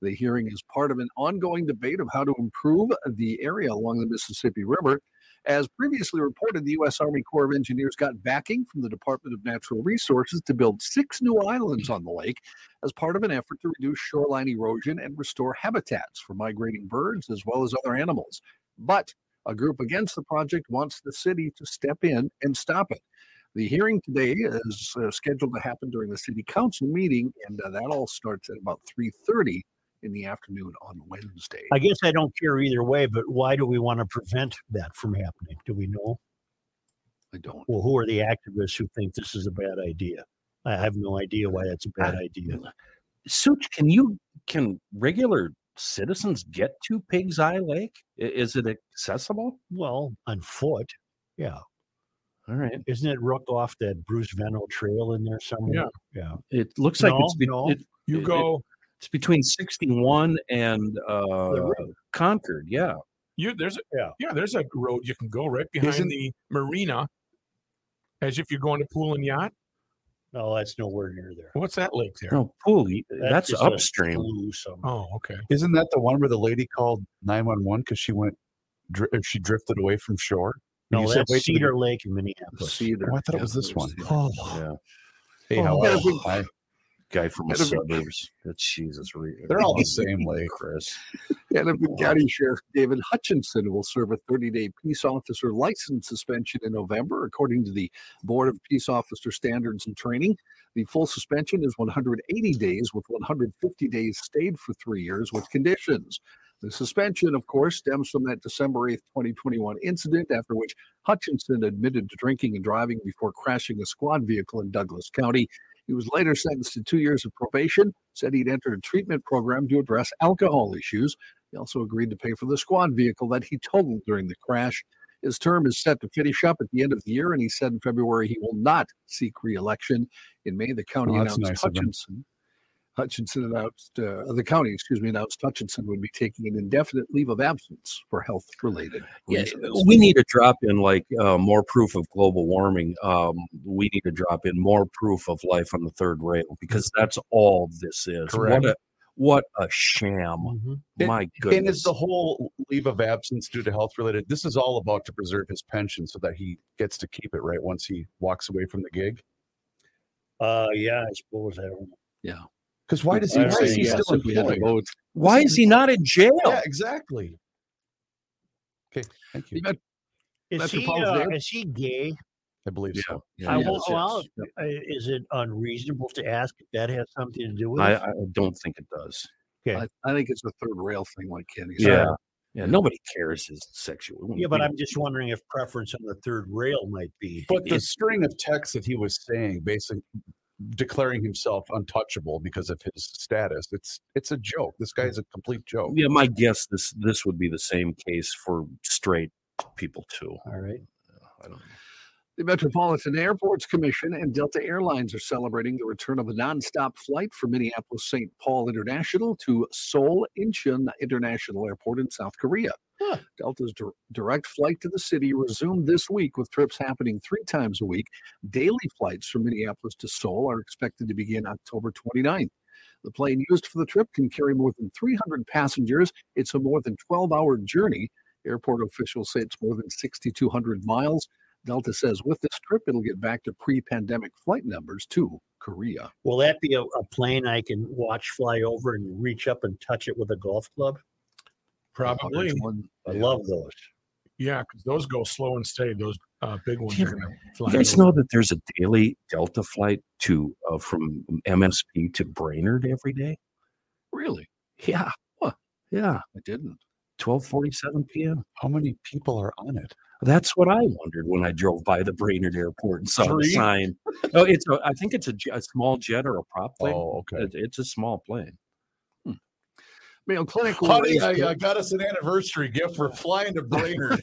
D: The hearing is part of an ongoing debate of how to improve the area along the Mississippi River. As previously reported, the U.S. Army Corps of Engineers got backing from the Department of Natural Resources to build six new islands on the lake as part of an effort to reduce shoreline erosion and restore habitats for migrating birds as well as other animals. But a group against the project wants the city to step in and stop it. The hearing today is uh, scheduled to happen during the city council meeting, and uh, that all starts at about 3:30 in the afternoon on Wednesday.
A: I guess I don't care either way, but why do we want to prevent that from happening? Do we know?
D: I don't.
A: Well, who are the activists who think this is a bad idea? I have no idea why that's a bad idea.
C: Such, can you can regular citizens get to Pig's Eye Lake? I- Is it accessible?
A: Well, on foot. Yeah.
C: All right.
A: Isn't it rook off that Bruce Venno trail in there somewhere? Yeah.
C: It looks like it's, be-
A: No, no.
C: it-
E: You
C: It-
E: go.
C: it's between 61 and uh,
A: river.
C: Concord. Yeah.
E: You there's a,
A: Yeah.
E: yeah. there's a road you can go right behind
D: Isn't-
E: the marina, as if you're going to pool and yacht.
A: No, Oh, that's nowhere near there.
E: What's that lake there?
C: No, pool. y-
A: That's
C: That's,
A: just a-
C: upstream.
A: Blue somewhere.
E: Oh, okay.
B: Isn't that the one where the lady called 911 because she went, dri- she drifted away from shore?
A: No,
B: And you said,
A: that's
B: "Wait till the
A: Cedar Lake in Minneapolis.
D: Cedar.
B: Oh, I thought it
D: yeah,
B: was this
D: there's
B: one. Oh,
D: the-
A: Oh,
B: Hey, how
D: Yeah,
B: are you?
D: we-
B: Hi.
C: Guy from the
D: That'd be-
C: suburbs. That's Jesus. re- uh,
B: They're all the same lake.
C: Chris.
D: Hennepin County Sheriff David Hutchinson will serve a 30-day peace officer license suspension in November, according to the Board of Peace Officer Standards and Training. The full suspension is 180 days, with 150 days stayed for three years with conditions. The suspension, of course, stems from that December 8th, 2021 incident, after which Hutchinson admitted to drinking and driving before crashing a squad vehicle in Douglas County. He was later sentenced to two years of probation, said he'd entered a treatment program to address alcohol issues. He also agreed to pay for the squad vehicle that he totaled during the crash. His term is set to finish up at the end of the year, and he said in February he will not seek reelection. In May, the county
B: Well, Oh, that's nice
D: announced
B: of him.
D: Hutchinson. Hutchinson announced uh, the county, excuse me, announced Hutchinson would be taking an indefinite leave of absence for health-related
C: Yeah, uh,
D: reasons.
B: uh,
C: we need to drop in like uh, more proof of global warming. Um, we need to drop in more proof of life on the third rail because that's all this is.
B: Correct. Mm-hmm.
C: What a what a sham!
A: mhm.
B: It-
C: My goodness.
B: And it's the whole leave of absence due to health related. This is all about to preserve his pension so that he gets to keep it right once he walks away from the gig.
A: Uh, yeah, I suppose I don't know.
B: Because why does he?
A: I
B: Why
A: see,
B: is he
A: yes,
B: still
D: if we had to
B: employed?
D: vote.
C: Why is he not in jail?
B: Yeah, exactly. Okay, thank you.
D: You bet-
A: Is he,
D: Metropolitan
A: uh,
D: area?
A: is he gay?
B: I believe so.
A: I
D: Yes,
A: won't allow
D: yes.
A: it. Uh, Is it unreasonable to ask if that has something to do with
C: I,
A: it?
C: I don't think it does.
D: I, I think it's the third rail thing, like Kenny said.
C: Yeah. Yeah, nobody cares his sexual.
A: Yeah, but I'm just wondering if preference on the third rail might be.
B: But the
C: It's-
B: string of texts that he was saying, basically declaring himself untouchable because of his status, it's it's a joke. This guy's a complete joke.
C: Yeah, my guess this this would be the same case for straight people too.
A: All right.
C: I don't know.
D: The Metropolitan Airports Commission and Delta Airlines are celebrating the return of a nonstop flight from Minneapolis St. Paul International to Seoul Incheon International Airport in South Korea.
A: Huh.
D: Delta's dir- direct flight to the city resumed this week with trips happening three times a week. Daily flights from Minneapolis to Seoul are expected to begin October 29th. The plane used for the trip can carry more than 300 passengers. It's a more than 12 hour journey. Airport officials say it's more than 6,200 miles. Delta says with this trip, it'll get back to pre pandemic flight numbers to Korea.
A: Will that be a, a plane I can watch fly over and reach up and touch it with a golf club?
D: Uh, there's
E: Probably.
D: one-
A: I
D: yeah.
A: love those.
E: Yeah, because those go slow and steady. Those uh, big ones are going to fly.
C: You guys
E: over.
C: know that there's a daily Delta flight to uh, from MSP to Brainerd every day.
D: Really?
C: Yeah, Huh. yeah,
D: I didn't.
C: twelve forty-seven p.m.
B: How many people are on it?
C: That's what I wondered when I drove by the Brainerd Airport and saw
B: Three?
C: the sign. Oh, it's a, I think it's a, j- a small jet or a prop plane.
B: Oh, okay.
C: It- it's a small plane.
D: Mayo Clinic. will
B: Honey,
D: raise
B: I,
D: the-
B: I got us an anniversary gift for (laughs) flying to Brainerd.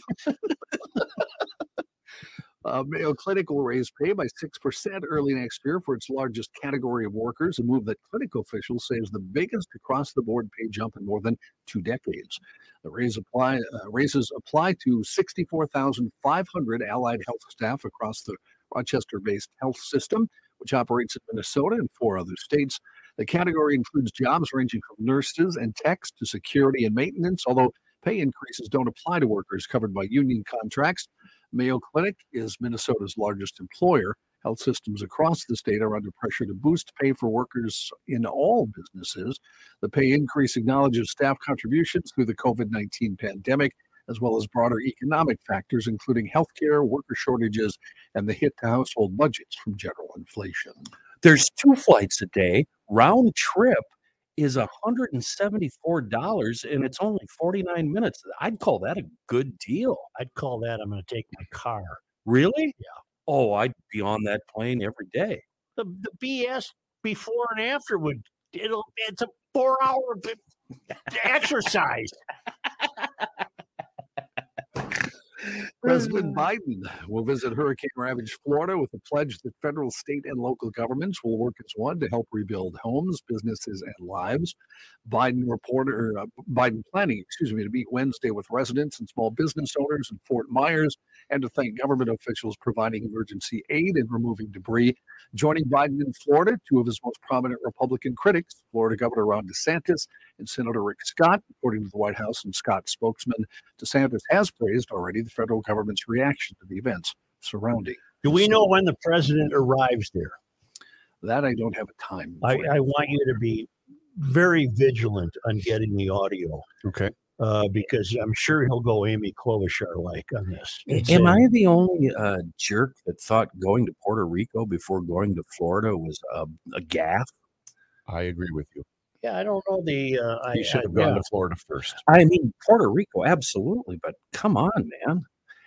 D: Uh, Mayo Clinic will raise pay by 6% early next year for its largest category of workers, a move that clinic officials say is the biggest across the board pay jump in more than two decades. The raise apply, uh, raises apply to 64,500 allied health staff across the Rochester based health system, which operates in Minnesota and four other states. The category includes jobs ranging from nurses and techs to security and maintenance, although pay increases don't apply to workers covered by union contracts. Mayo Clinic is Minnesota's largest employer. Health systems across the state are under pressure to boost pay for workers in all businesses. The pay increase acknowledges staff contributions through the COVID 19 pandemic, as well as broader economic factors, including healthcare, worker shortages, and the hit to household budgets from general inflation.
C: There's two flights a day. Round trip is hundred and seventy-four dollars, and it's only forty-nine minutes. I'd call that a good deal.
A: I'd call that I'm going to take my car.
C: Really? Yeah. Oh, I'd be on that plane every day.
A: The, the BS before and after would it'll it's a four hour b- exercise.
D: President Biden will visit hurricane ravaged Florida with a pledge that federal, state, and local governments will work as one to help rebuild homes, businesses, and lives. Biden reporter uh, Biden planning, excuse me, to meet Wednesday with residents and small business owners in Fort Myers and to thank government officials providing emergency aid and removing debris. Joining Biden in Florida, two of his most prominent Republican critics, Florida Governor Ron DeSantis and Senator Rick Scott, according to the White House and Scott spokesman. DeSantis has praised already the federal government's reaction to the events surrounding.
A: Do we know when the president arrives there?
D: That I don't have a time.
A: I,
D: for.
A: I want you to be very vigilant on getting the audio
B: Okay.
A: uh, because I'm sure he'll go Amy Klobuchar like on this.
C: A-
A: It's
C: Am
A: a-
C: I the only uh, jerk that thought going to Puerto Rico before going to Florida was a, a gaff?
B: I agree with you.
A: Yeah, I don't know the. Uh, I,
B: You should have
A: I-
B: gone
A: yeah.
B: to Florida first.
C: I mean, Puerto Rico, absolutely, but come on, man.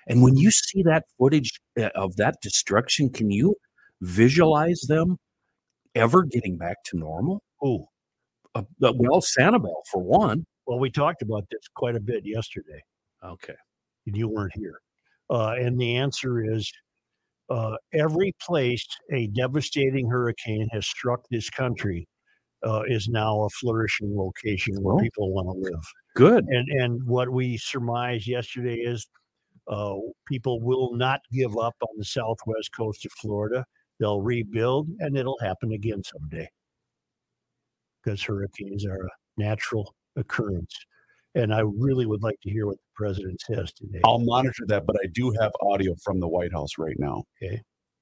C: And when you see that footage uh, of that destruction, can you visualize them ever getting back to normal?
A: Who?
C: Uh, uh, well, Sanibel, for one.
A: Well, we talked about this quite a bit yesterday.
C: Okay.
A: and you weren't here. Uh, and the answer is uh, every place a devastating hurricane has struck this country uh, is now a flourishing location where
C: Well.
A: people want to live.
C: Good.
A: And and what we surmised yesterday is uh, people will not give up on the southwest coast of Florida. They'll rebuild, and it'll happen again someday. Because hurricanes are a natural occurrence, and I really would like to hear what the president says today.
B: I'll monitor that, but I do have audio from the White House right now.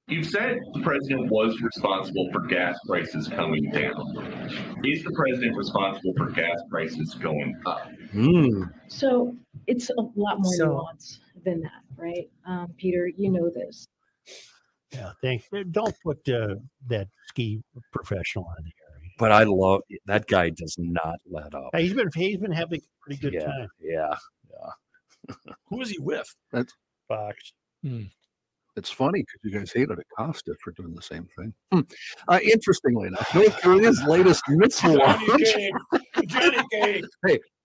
H: You've said the president was responsible for gas prices coming down. Is the president responsible for gas prices going up?
C: Hmm.
I: So it's a lot more
C: So-
I: nuanced than that, right? Um, Peter, you know this.
A: Yeah, thanks. Uh, Don't put uh, that ski professional on here.
C: But I love that guy does not let up.
A: He's been he's been having a pretty good
C: Yeah.
A: time.
C: Yeah.
E: Who is he with?
A: Fox.
D: It's funny because you guys hated Acosta for doing the same thing. Hmm. Uh, interestingly enough, North Korea's latest missile launch. (laughs) hey,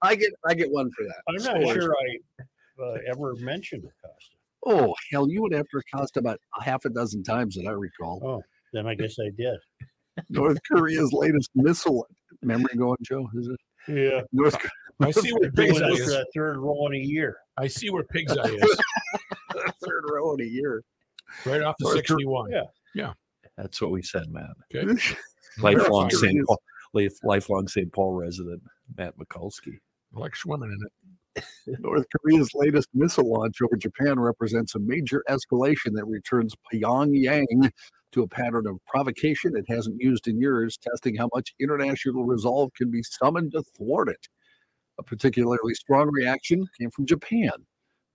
D: I get I get one for that.
A: I'm not sure I uh, ever mentioned Acosta.
D: Oh hell, you went after Acosta about a half a dozen times that I recall.
A: Then I guess I did.
D: North Korea's latest missile. Memory going, Joe? Is it
A: Yeah,
D: North?
E: I see where
A: doing
E: Pigs Eye
A: this for
E: is.
A: the third roll in a year.
E: I see where Pigs Eye is.
D: Korea- (laughs) Third row in a year.
E: Right off the
D: Or-
E: 61.
A: yeah.
C: That's what we said, Matt.
E: Okay.
C: Lifelong
E: Verified.
C: St. Paul, life- lifelong St. Paul resident, Matt Mikulski.
E: Like swimming in it.
D: North Korea's latest missile launch over Japan represents a major escalation that returns Pyongyang to a pattern of provocation it hasn't used in years, testing how much international resolve can be summoned to thwart it. A particularly strong reaction came from Japan.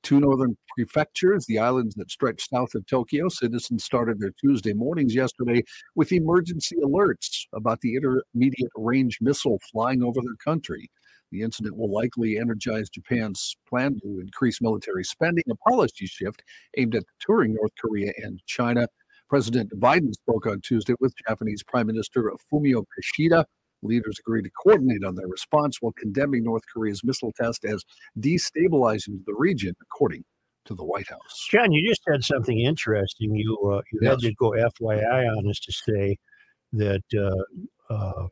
D: two northern prefectures, the islands that stretch south of Tokyo, citizens started their Tuesday mornings yesterday with emergency alerts about the intermediate range missile flying over their country. The incident will likely energize Japan's plan to increase military spending, a policy shift aimed at deterring North Korea and China. President Biden spoke on Tuesday with Japanese Prime Minister Fumio Kishida. Leaders agreed to coordinate on their response while condemning North Korea's missile test as destabilizing the region, according to the White House.
A: John, you just had something interesting. You uh, you had to go FYI on us to say that uh, uh,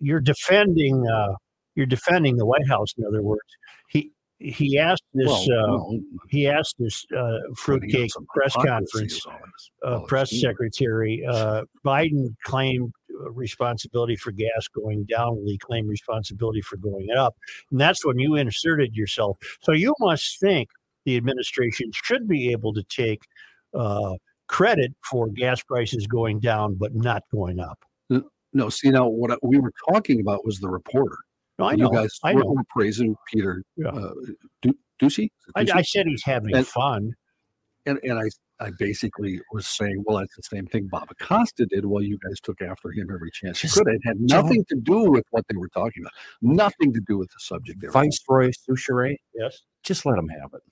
A: you're defending uh, you're defending the White House. In other words, he he asked this uh,
D: well,
A: he asked this uh, fruitcake
D: some
A: press
D: hypocrisy
A: conference
D: is all this.
A: uh,
D: Well,
A: press
D: it's-
A: secretary. Uh, Biden claimed uh, responsibility for gas going down. Lee claimed responsibility for going up. And that's when you inserted yourself. So you must think the administration should be able to take uh, credit for gas prices going down, but not going up.
D: No, see now what I- we were talking about was the reporter.
A: No, I
D: And
A: know.
D: You guys
A: I
D: were,
A: know.
D: were praising Peter
A: Yeah.
D: uh, Du- Ducey.
A: I,
D: Ducey?
A: I said he's having
D: And-
A: fun.
D: and and I I basically was saying, well, that's the same thing Bob Acosta did while you guys took after him every chance you
C: Just
D: could. It had
C: don't-
D: nothing to do with what they were talking about. Nothing to do with the subject. They were on.
C: Viceroy Souchere,
A: Yes.
C: just let him have it.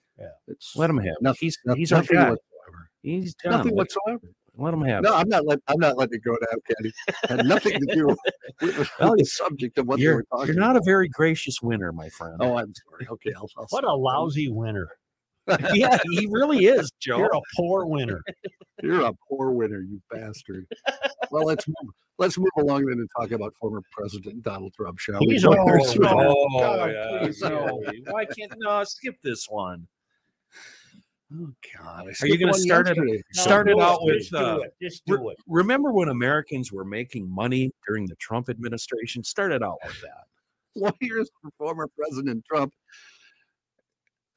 D: It's
C: Let him have it.
D: Nothing-
C: He's
D: no-
C: he's our
D: nothing
C: guy.
D: whatsoever.
C: He's done.
D: Nothing
C: let,
D: whatsoever.
C: let him have
D: No,
C: it.
D: I'm not. Let, I'm not letting it go down, Kenny. Had nothing to
A: (laughs)
D: do with, with the-
C: Well,
D: with the subject of what they
C: You're,
D: were talking.
C: you're not a
D: about.
C: very gracious winner, my friend.
D: Oh, I'm sorry. Okay, I'll. I'll
A: What a lousy winner.
C: (laughs) yeah, he really is, Joe. Oh,
A: You're a poor winner.
D: You're a poor winner, you bastard. well, let's move. Let's move along then and talk about former President Donald Trump, shall we?
A: He's a
D: Well,
A: poor
D: there's-
A: winner.
C: Oh,
D: God,
C: yeah,
D: please,
C: no. Why can't no? Skip this one.
D: Oh God! I
C: Are you
D: skipped
C: gonna
D: one
C: start it-
D: yesterday.
A: No,
C: Started
A: do
C: out
D: (laughs)
A: it.
C: with,
A: Just
C: uh,
A: do it. Just do it.
C: Remember when Americans were making money during the Trump administration? Started out with that.
D: lawyers for former President Trump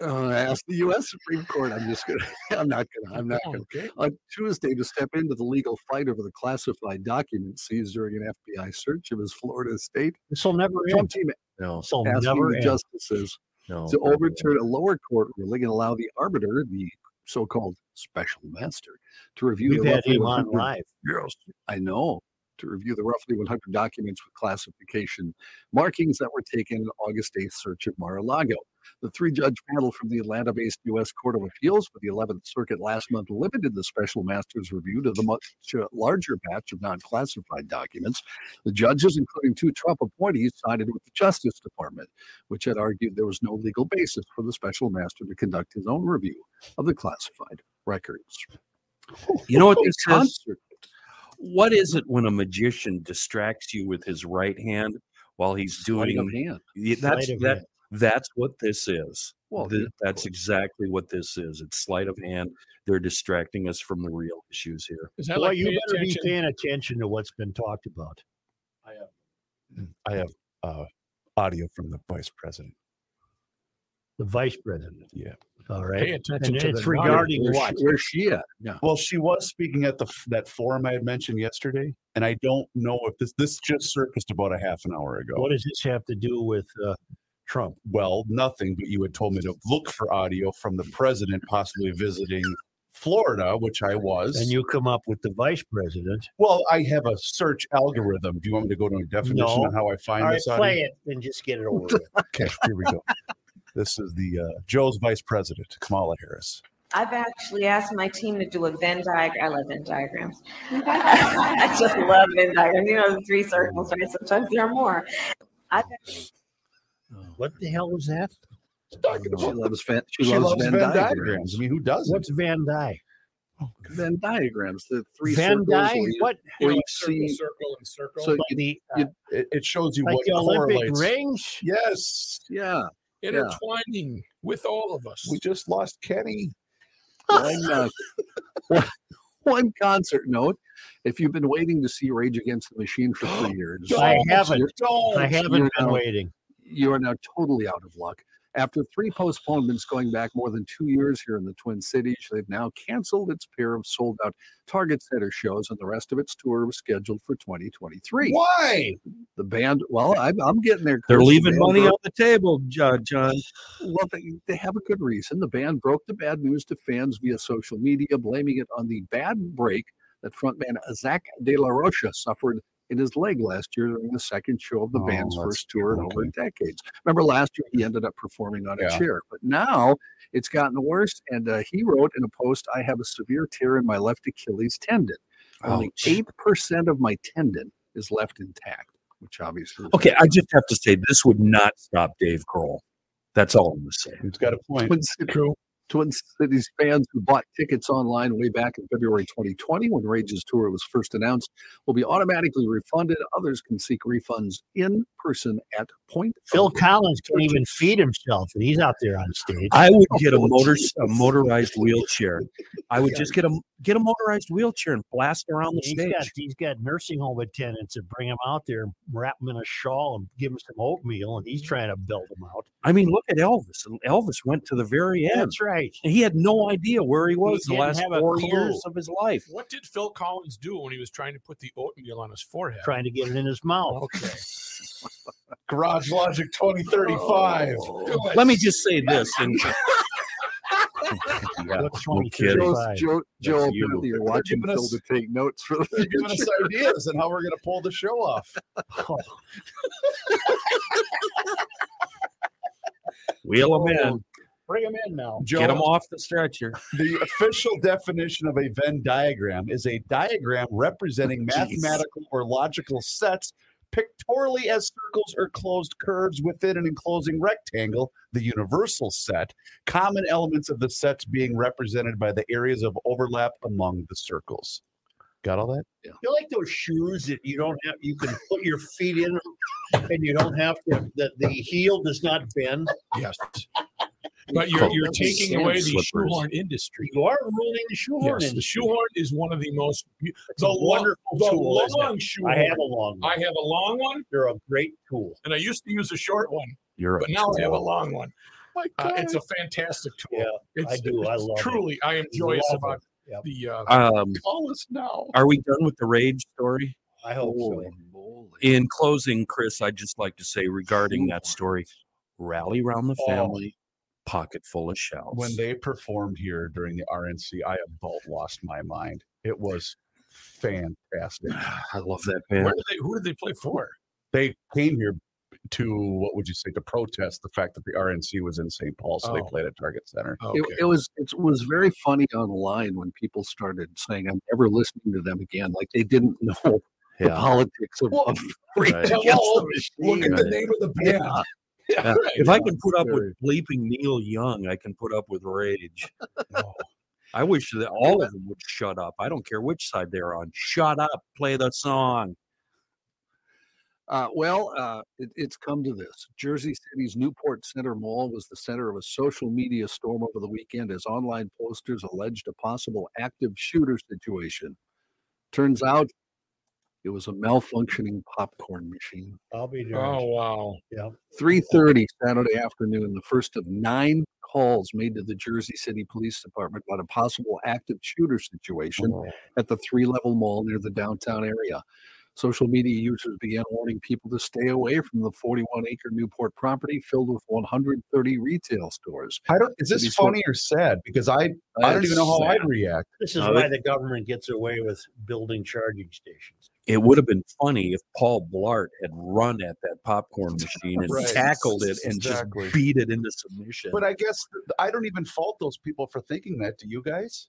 D: uh, asked the U.S. Supreme Court. I'm just gonna. (laughs) I'm not gonna. I'm not gonna. On Tuesday, to step into the legal fight over the classified documents seized during an FBI search of his Florida state,
A: This will never
D: Trump
A: end.
D: team
C: No,
A: This will
D: asking
A: never
D: the
A: end.
D: justices
C: no.
D: to overturn a lower court ruling and allow the arbiter, the so-called special master, to review
A: We've
D: the
A: had
D: roughly
A: him on
D: 100
A: live.
D: Yes, I know. To review the roughly 100 documents with classification markings that were taken in August 8th search of Mar-a-Lago. The three-judge panel from the Atlanta-based U.S. Court of Appeals for the 11th Circuit last month limited the special master's review to the much uh, larger batch of non-classified documents. The judges, including two Trump appointees, sided with the Justice Department, which had argued there was no legal basis for the special master to conduct his own review of the classified records.
C: You know what
D: Oh, (laughs)
C: this is?
D: concert.
C: What is it when a magician distracts you with his right hand while he's
D: Sleight of
C: doing?
D: hand.
C: Yeah, That's
A: Sleight of
C: that.
A: hand.
C: That's what this is.
D: Well,
C: Th-
D: yeah, of
C: that's
D: course.
C: exactly what this is. It's sleight of hand. They're distracting us from the real issues here.
E: Is that
A: Well,
E: like
A: you
E: paying
A: better be
E: attention?
A: paying attention to what's been talked about.
B: I have uh, audio from the vice president.
A: The vice president.
B: Yeah.
A: All
E: Pay
A: right.
E: attention
A: And
E: to
A: it's
E: the
A: regard-
E: regard.
A: Regarding
D: where's
A: what?
D: She, where's she at? Yeah.
B: Well, she was speaking at the f- that forum I had mentioned yesterday, and I don't know if this this just surfaced about a half an hour ago.
A: What does this have to do with uh, Trump?
B: well, nothing, but you had told me to look for audio from the president possibly visiting Florida, which I was.
A: And you come up with the vice president.
B: well, I have a search algorithm. Do you want me to go to a definition
A: No.
B: on how I find
A: All right,
B: this
A: play it and just (laughs) get it over with.
B: audio? Okay, here we go. This is the uh, Joe's vice president, Kamala Harris.
J: I've actually asked my team to do a Venn diagram. I love Venn diagrams. (laughs) I just love Venn diagrams. You know, the three circles, right? Sometimes there are more. I've
A: What the hell is that?
D: She loves fan, she,
B: She,
D: loves,
B: loves
D: Venn, diagrams.
B: I mean, who doesn't?
A: What's Van Dyke?
D: Venn diagrams, the three
A: Van
D: circles.
A: Dyke?
D: where you-
A: What?
E: You
D: where
E: know,
D: you
E: like circle,
D: see-
E: circle, and circle.
D: So
A: Like the, uh,
D: you-
B: It, it shows you
A: like
B: what
A: the Olympic
B: correlates.
A: rings?
B: Yes,
D: Yeah,
E: intertwining with all of us.
B: we just lost Kenny.
D: one, uh, (laughs) one- one concert note. If you've been waiting to see Rage Against the Machine for
A: (gasps)
D: three years,
A: I
D: you're-
A: haven't.
B: Don't.
A: I haven't
D: you're
A: been
D: now-
A: waiting.
D: you are now totally out of luck. After three postponements going back more than two years here in the Twin Cities, they've now canceled its pair of sold out Target Center shows, and the rest of its tour was scheduled for 2023.
B: Why?
D: The band, well, I'm, I'm getting there.
C: They're
D: Chris.
C: leaving
D: The band
C: money
D: broke-
C: on the table, Jo- John.
D: well, they, they have a good reason. The band broke the bad news to fans via social media, blaming it on the bad break that frontman Zach De La Rocha suffered in his leg last year during the second show of the
B: Oh,
D: band's
B: that's-
D: first tour in over decades. Remember last year he ended up performing on
B: Yeah.
D: a chair, but now it's gotten worse. And uh, he wrote in a post, "I have a severe tear in my left Achilles tendon. Only
C: Ouch.
D: eight percent of my tendon is left intact." Which obviously, is
C: Okay, I just have to say this would not stop Dave Grohl. That's all I'm going to say.
B: He's got a point.
D: Twin Cities, Twin Cities fans who bought tickets online way back in February 2020 when Rage's tour was first announced will be automatically refunded. Others can seek refunds in person at point.
C: Oh,
A: Phil
D: of-
A: Collins can't even feed himself, and he's out there on stage.
C: I would (laughs) get a
D: Oh,
C: motor a
D: Jesus.
C: motorized wheelchair. I would just get a get a motorized wheelchair and blast around the
A: He's
C: stage.
A: got he's got nursing home attendants that bring him out there, and wrap him in a shawl, and give him some oatmeal, and he's trying to build him out.
C: I mean, look at Elvis. And Elvis went to the very end.
A: That's right.
C: And he had no idea where he was the
A: didn't
C: last
A: have a
C: four
A: clue.
C: years of his life.
E: What did Phil Collins do when he was trying to put the oatmeal on his forehead?
A: Trying to get it in his mouth.
E: Okay.
B: Garage Logic 2035. Do it.
C: Let me just say this. And yeah,
A: Look,
C: no
A: 23.
C: kidding.
A: Joe-
D: Joe's-
A: Five.
D: Joe, Joe,
C: you.
D: apparently you're watching
B: giving
D: Phil
B: us-
D: to take notes for the
B: They're giving us
D: future.
B: ideas on how we're going to pull the show off.
C: Wheel him in.
A: Bring him in now.
B: Joe,
C: Get him off the stretcher.
B: the official definition of a Venn diagram is a diagram representing mathematical or logical sets pictorially as circles or closed curves within an enclosing rectangle, the universal set, common elements of the sets being represented by the areas of overlap among the circles. Got all that?
A: You're like those shoes that you don't have. You can put your feet in, 'em, and you don't have to. The, the heel does not bend.
B: (laughs) Yes.
E: But you're, you're
C: Coke
E: taking
C: and
E: away the
C: slippers.
E: shoehorn industry.
A: You are ruining the shoehorn.
E: Yes, the shoehorn is one of the most
A: It's a
E: the lo-
A: wonderful
E: the
A: tool. isn't it?
E: long shoehorn.
A: I have a long
E: I
A: one.
E: have a long one,
A: They're a great tool.
E: and I used to use a short one,
C: You're
E: but
C: a
E: now I have a
C: troll.
E: long one.
B: My
E: Uh,
B: God.
E: it's a fantastic tool.
A: Yeah,
E: it's,
A: I do. I
E: it's
A: love it.
E: Truly, I am joyous
A: Love
E: about
A: it. Yep.
E: the. Uh,
C: Um,
B: Call us now.
C: are we done with the rage story?
A: I hope so.
C: In closing, Chris, I'd just like to say regarding that story, rally round the
B: Oh.
C: family, pocket full of shells.
B: when they performed here during the RNC, I about lost my mind. It was fantastic.
C: I love that
E: where
C: band.
E: did they, who did they play for?
B: They came here to what would you say to protest the fact that the RNC was in St. Paul, so they
E: Oh.
B: played at Target Center.
E: Okay.
D: It, it was it was very funny online when people started saying, "I'm never listening to them again." Like they didn't (laughs) know the
C: Yeah.
D: politics of,
B: Well,
D: of
C: right.
D: Rage (laughs) Against
B: Hello,
D: the
B: Look
D: Machine.
B: at the name of
D: (laughs)
B: the band.
D: Yeah. (laughs)
C: Yeah. If I can put up with bleeping Neil Young, I can put up with rage.
E: Oh.
C: I wish that all of them would shut up. I don't care which side they're on. Shut up. Play the song.
D: Uh, well, uh, it, it's come to this. Jersey City's Newport Center Mall was the center of a social media storm over the weekend as online posters alleged a possible active shooter situation. Turns out it was a malfunctioning popcorn machine.
A: I'll be there.
E: Oh wow!
D: 3:30 Saturday afternoon, the first of nine calls made to the Jersey City Police Department about a possible active shooter situation at the three-level mall near the downtown area. Social media users began warning people to stay away from the 41-acre Newport property filled with 130 retail stores.
B: I don't. Is
D: These
B: this
D: were-
B: funny or sad? Because I I don't even know how I'd react.
A: This is
C: No,
A: why the government gets away with building charging stations.
C: It would have been funny if Paul Blart had run at that popcorn machine and
B: Right.
C: tackled it and
B: Exactly.
C: just beat it into submission.
B: But I guess th- I don't even fault those people for thinking that. Do you guys?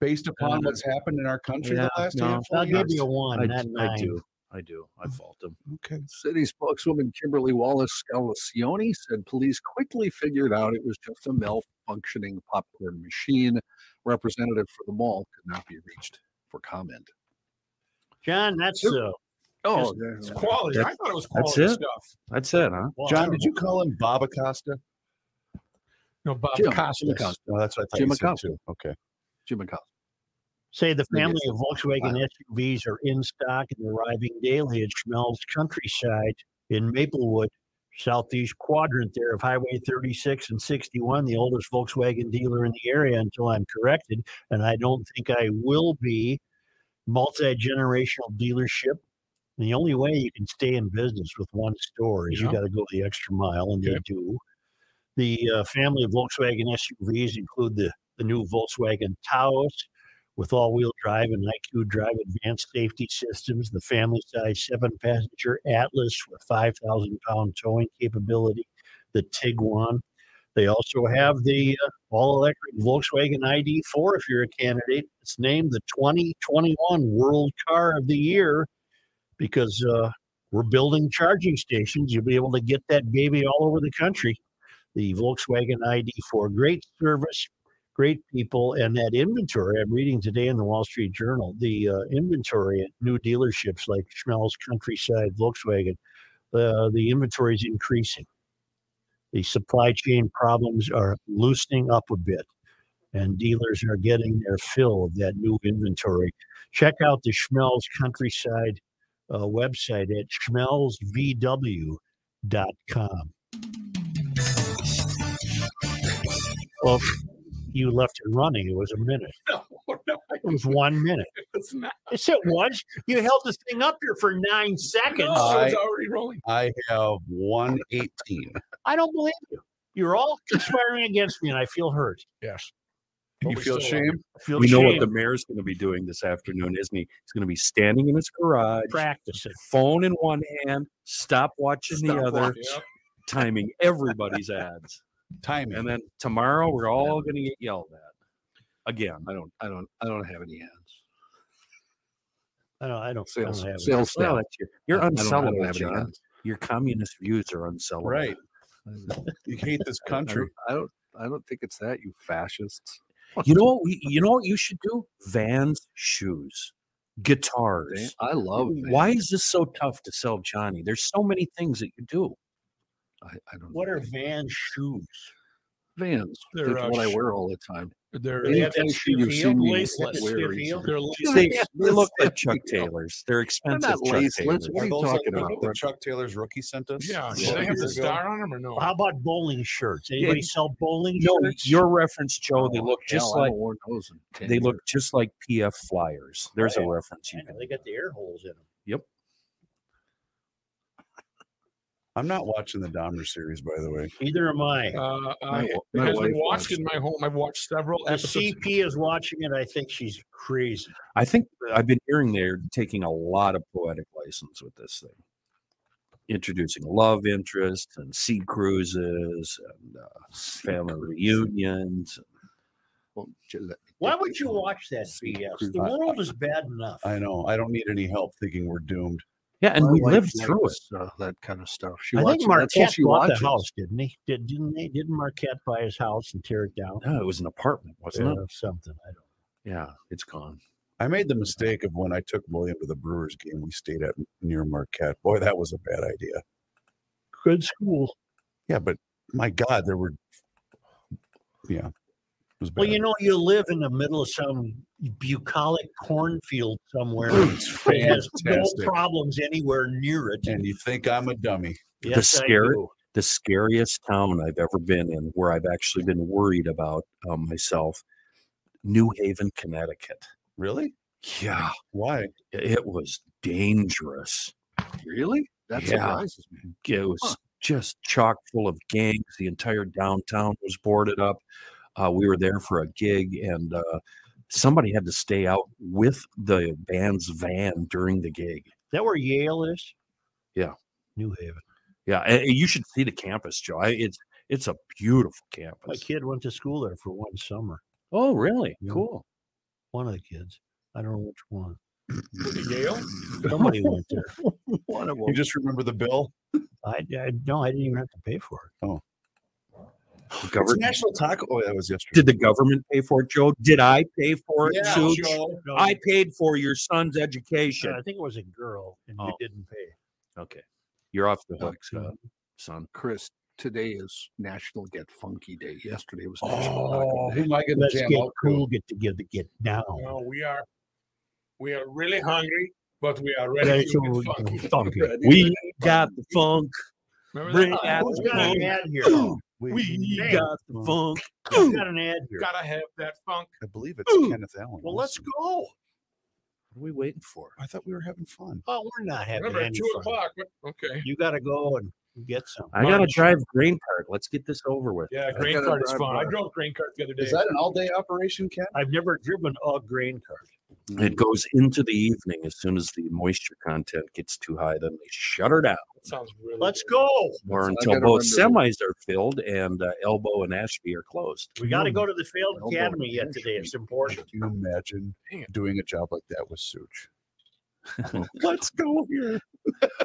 B: Based upon
C: Uh,
B: what's happened in our country
C: yeah,
B: the last
C: no.
B: handful
A: I'll
B: of
A: give
B: years.
A: you a one, not nine.
C: I do. I do. I fault him.
B: Okay.
D: City spokeswoman Kimberly Wallace Scalacione said police quickly figured out it was just a malfunctioning popcorn machine. Representative for the mall could not be reached for comment.
A: John, that's
E: Yep.
A: uh,
D: Oh,
E: It's
D: there's-
E: quality. I
C: That's-
E: thought it was
C: that's
E: quality
C: it?
E: stuff.
C: That's it, huh?
A: well,
B: John, did you call him Bob Acosta?
E: No, Bob
D: Jim, Jim
E: Costas. (laughs)
D: Acosta.
B: No, Oh, that's what I thought
D: Jim
B: you said
D: Acosta.
B: too. Okay.
D: Jim Acosta.
A: say the
D: Maybe
A: family
D: it's
A: of Volkswagen SUVs are in stock and arriving daily at Schmel's Countryside in Maplewood southeast quadrant there of Highway 36 and 61, the oldest Volkswagen dealer in the area until I'm corrected. And I don't think I will be multi generational dealership. The only way you can stay in business with one store is you
E: Yeah.
A: got to go the extra mile, and they
E: Yep.
A: do. The uh, family of Volkswagen SUVs include the, the new Volkswagen Taos with all wheel drive and IQ drive advanced safety systems, the family size seven passenger Atlas with 5,000 pound towing capability, the Tiguan. They also have the uh, all electric Volkswagen ID4 if you're a candidate. It's named the 2021 World Car of the Year because uh, we're building charging stations. You'll be able to get that baby all over the country. The Volkswagen ID4, great service, great people, and that inventory. I'm reading today in the Wall Street Journal the uh, inventory at new dealerships like Schmelz Countryside Volkswagen. Uh, the inventory is increasing. The supply chain problems are loosening up a bit, and dealers are getting their fill of that new inventory. Check out the Schmelz Countryside uh, website at schmelzvw.com. Well, if you left it running. It was a minute. It was one minute.
E: It's not.
A: Yes, it was. You held this thing up here for nine seconds.
B: No, it's
E: already rolling.
B: I have 118.
A: I don't believe you. You're all conspiring against me, and I feel hurt.
E: Yes.
B: You feel shame?
A: I feel
C: we know what
A: shame.
C: the mayor's going to be doing this afternoon, isn't he? He's going to be standing in his garage,
A: practice it.
C: phone in one hand, stopwatch in the
E: Stop
C: other,
E: watching. Yep.
C: timing everybody's ads.
B: Timing.
C: And then tomorrow we're all going to get yelled at again.
D: I don't, I don't, I don't have any ads.
A: I don't. I don't, I don't
D: Sales,
A: have it.
D: sales
C: Well,
D: staff.
C: that's your, you're
D: I don't- I don't
C: unsellable,
D: have any
C: John.
D: ads.
C: Your communist views are unsellable.
B: Right. You hate
D: (laughs)
B: this
D: I
B: country.
D: don't- I don't, I don't think it's that you fascists. (laughs)
C: You know what? We, you know what you should do? Vans, shoes,
D: Van-
C: guitars.
D: I love.
C: Why
D: vans.
C: is this so tough to sell, Johnny? There's so many things that you
D: (laughs)
C: do.
D: I, I don't.
A: What
D: know.
A: are van shoes?
D: Vans?
E: They're,
D: That's
E: uh,
D: what I
E: sh-
D: wear all the time.
E: They're,
A: They have
E: they're,
A: that
D: Anytime
A: stiff
D: you've
A: heel,
D: seen me
A: laceless
D: what
A: stiff
D: wear
A: heel?
D: is-
E: lace-
C: They, they
D: Laceless.
C: look like Chuck
D: (laughs)
C: Taylors. They're expensive.
D: not
C: Chuck
D: laceless.
C: Taylors.
D: What are you
B: like
D: talking
B: the-
D: about?
B: The Chuck Taylor's rookie sent us?
E: yeah.
D: Yeah.
E: Do they have the star on them or no?
A: How about bowling shirts? Anybody sell bowling
C: No,
A: shirts?
C: your reference, Joe. They
D: Oh,
C: look just
D: hell, I
C: like
D: haven't worn those in 10
C: they look
D: years.
C: just like PF flyers. There's a
A: Right.
C: reference you
A: Yeah,
C: can.
A: they got the air holes in them.
B: I'm not watching the Dahmer series, by the way.
A: Neither am I.
E: Uh,
D: My
E: I,
D: wa- my wife
E: has been watched
D: watched
E: in my home. I've watched several
A: The
E: episodes.
A: CP is watching it. I think she's crazy.
C: I think I've been hearing they're taking a lot of poetic license with this thing, introducing love interest and sea cruises and uh, family reunions.
D: Won't you let me
A: Why
D: take
A: would
D: it
A: you
D: home?
A: watch that BS? The
B: I-
A: world is bad enough.
B: I know. I don't need any help thinking we're doomed.
C: Yeah, and
D: My
C: we
D: wife
C: lived through it.
D: likes, uh, that kind of stuff. She
A: I
D: watches.
A: think
D: That's all
A: Marquette
D: she
A: bought
D: watches.
A: the house, didn't he? Did, didn't they? Didn't Marquette buy his house and tear it down?
C: No, it was an apartment, wasn't
A: Or something. I don't.
C: it? Yeah, it's gone.
B: I made the mistake of when I took William to the Brewers game, we stayed at near Marquette. Boy, that was a bad idea.
A: Good school.
B: Yeah, but my God, there were. Yeah. It was bad.
A: Well, you know, you live in the middle of some bucolic cornfield somewhere. (laughs) that has no
B: fantastic.
A: problems anywhere near it.
B: and you think I'm a dummy.
A: Yes, I
C: scare-
A: do.
C: The scariest town I've ever been in, where I've actually been worried about um, myself, New Haven, Connecticut.
B: Really?
C: Yeah,
B: Why?
C: it was dangerous.
D: Really? That
C: Yeah.
D: surprises me.
C: It was
D: Huh.
C: just chock full of gangs. The entire downtown was boarded up. Uh, we were there for a gig, and uh, somebody had to stay out with the band's van during the gig.
A: that where Yale is?
C: Yeah.
A: New Haven.
C: Yeah, a- and you should see the campus, Joe. I, it's it's a beautiful
A: My
C: campus.
A: kid went to school there for one summer.
C: Oh, really?
A: Yeah.
C: Cool.
A: One of the kids. I don't know which (clears throat) one.
E: Yale?
A: Somebody went there.
D: One of
B: You
D: them.
B: just remember the bill?
A: I, I no, I didn't even have to pay for it.
C: The
B: It's
C: govern-
B: National Taco. Oh, that was yesterday.
C: Did the government pay for it, Joe? Did I pay for it,
B: Yeah,
C: Suge?
B: Joe.
A: No,
C: I paid for your son's education.
A: I think it was a girl, and you
C: Oh.
A: didn't pay.
C: okay, you're off the hook,
A: Yeah.
C: uh, son.
D: Chris, today is National Get Funky Day. Yesterday was National Taco
B: Oh, who am I going to
A: Let's
B: jam
A: get
B: out to?
A: cool, get together, get down.
E: No, we are we are really hungry, but we are
A: That's
E: ready to
A: all (laughs)
E: get funky.
A: funky.
D: Day.
C: We got the funk.
E: (laughs) Remember
A: Bring
B: Oh,
E: that?
A: out
E: Who's
A: the
E: got an
A: funk.
E: ad here?
A: We,
E: We
A: got the funk. Who's got an ad here?
E: Gotta have that funk.
B: I believe it's
A: Ooh.
B: Kenneth Allen.
A: Well, let's go. Oh,
B: What are we waiting for? I thought we were having fun.
A: Oh, we're not having
E: Remember at
A: any
E: two
A: fun.
E: o'clock. what- Okay.
A: You got to go and get some.
C: I gotta drive Green Park. Let's get this over with.
E: Yeah, grain
D: gotta
E: cart is
D: drive
E: fun. I
D: by.
E: drove grain cart the other day.
B: Is that an all-day operation, Ken?
A: I've never driven a grain cart.
C: It goes into the evening as soon as the moisture content gets too high. Then they shut her down,
E: That sounds really
A: Let's
E: good.
A: go.
C: or
D: I
C: until
D: gotta
C: both
D: remember
C: semis are filled and uh, Elbow and Ashby are closed.
A: We got to go to the Field
B: Elbow
A: Academy yet
B: and
A: today.
B: shoot.
A: It's important.
B: Can you imagine
E: Dang it.
B: doing a job like that with Such?
C: Let's go here.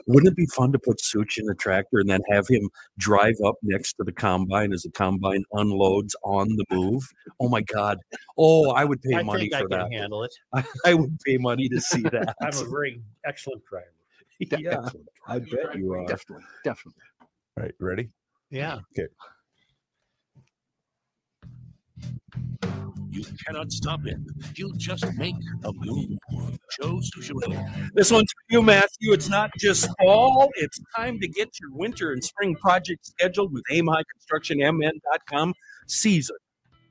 C: Wouldn't it be fun to put Such in the tractor and then have him drive up next to the combine as the combine unloads on the move? Oh my God. Oh, I would pay
A: I
C: money
A: think I
C: for
A: can
C: that.
A: handle it.
C: I, I would pay money to see that.
A: (laughs) I'm a very excellent driver.
C: (laughs) yeah, I bet you are.
D: Definitely, definitely.
B: All right, you ready?
A: Yeah.
K: You cannot stop it. You just make a move. Joe Suzuki.
C: This one's for you, Matthew. It's not just fall. It's time to get your winter and spring project scheduled with Aim High Construction AimHighConstructionMN.com. Season.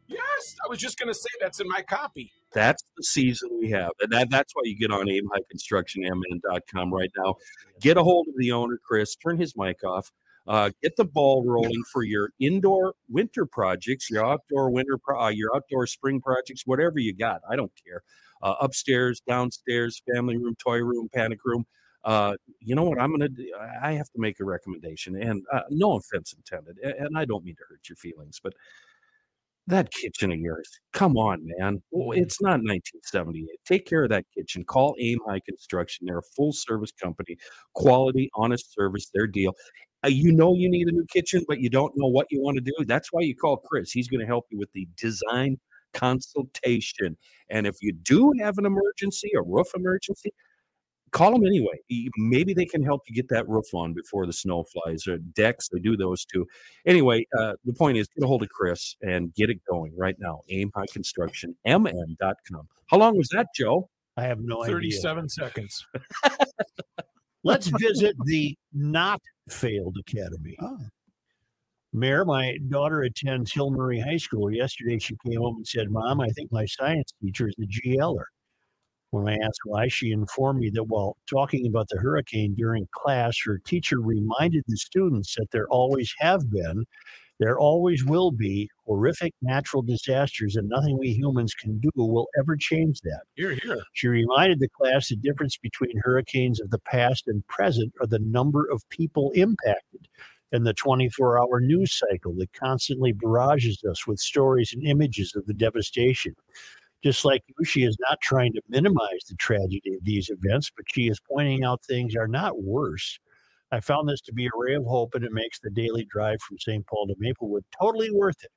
E: Yes, I was just gonna say that's in my copy.
C: That's the season we have. And that, that's why you get on aimhighconstructionmn.com right now. Get a hold of the owner, Chris. Turn his mic off. Uh, get the ball rolling for your indoor winter projects, your outdoor winter, pro- uh, your outdoor spring projects, whatever you got. I don't care. Uh, upstairs, downstairs, family room, toy room, panic room. Uh, you know what I'm going to do? I- I have to make a recommendation, and uh, no offense intended, a- and I don't mean to hurt your feelings, but that kitchen of yours. Come on, man. Well, it's not 1978. Take care of that kitchen. Call Aim High Construction. They're a full service company, quality, honest service, their deal. Uh, you know you need a new kitchen, but you don't know what you want to do. That's why you call Chris. He's going to help you with the design consultation. And if you do have an emergency, a roof emergency, call them anyway. Y- Maybe they can help you get that roof on before the snow flies or decks. They do those too anyway, uh, the point is get a hold of Chris and get it going right now. Aim High Construction, mn.com. How long was that,
D: (laughs)
C: Joe?
A: I have no idea.
E: Thirty-seven seconds.
A: Let's visit the not failed academy.
B: Oh.
A: Mayor, my daughter attends Hill Murray High School. Yesterday, she came home and said, "Mom, I think my science teacher is a GLer." When I asked why, she informed me that while talking about the hurricane during class, her teacher reminded the students that there always have been, there always will be horrific natural disasters, and nothing we humans can do will ever change that.
E: Here, here.
A: She reminded the class the difference between hurricanes of the past and present are the number of people impacted and the 24 hour news cycle that constantly barrages us with stories and images of the devastation. Just like you, she is not trying to minimize the tragedy of these events, but she is pointing out things are not worse. I found this to be a ray of hope, and it makes the daily drive from St. Paul to Maplewood totally worth it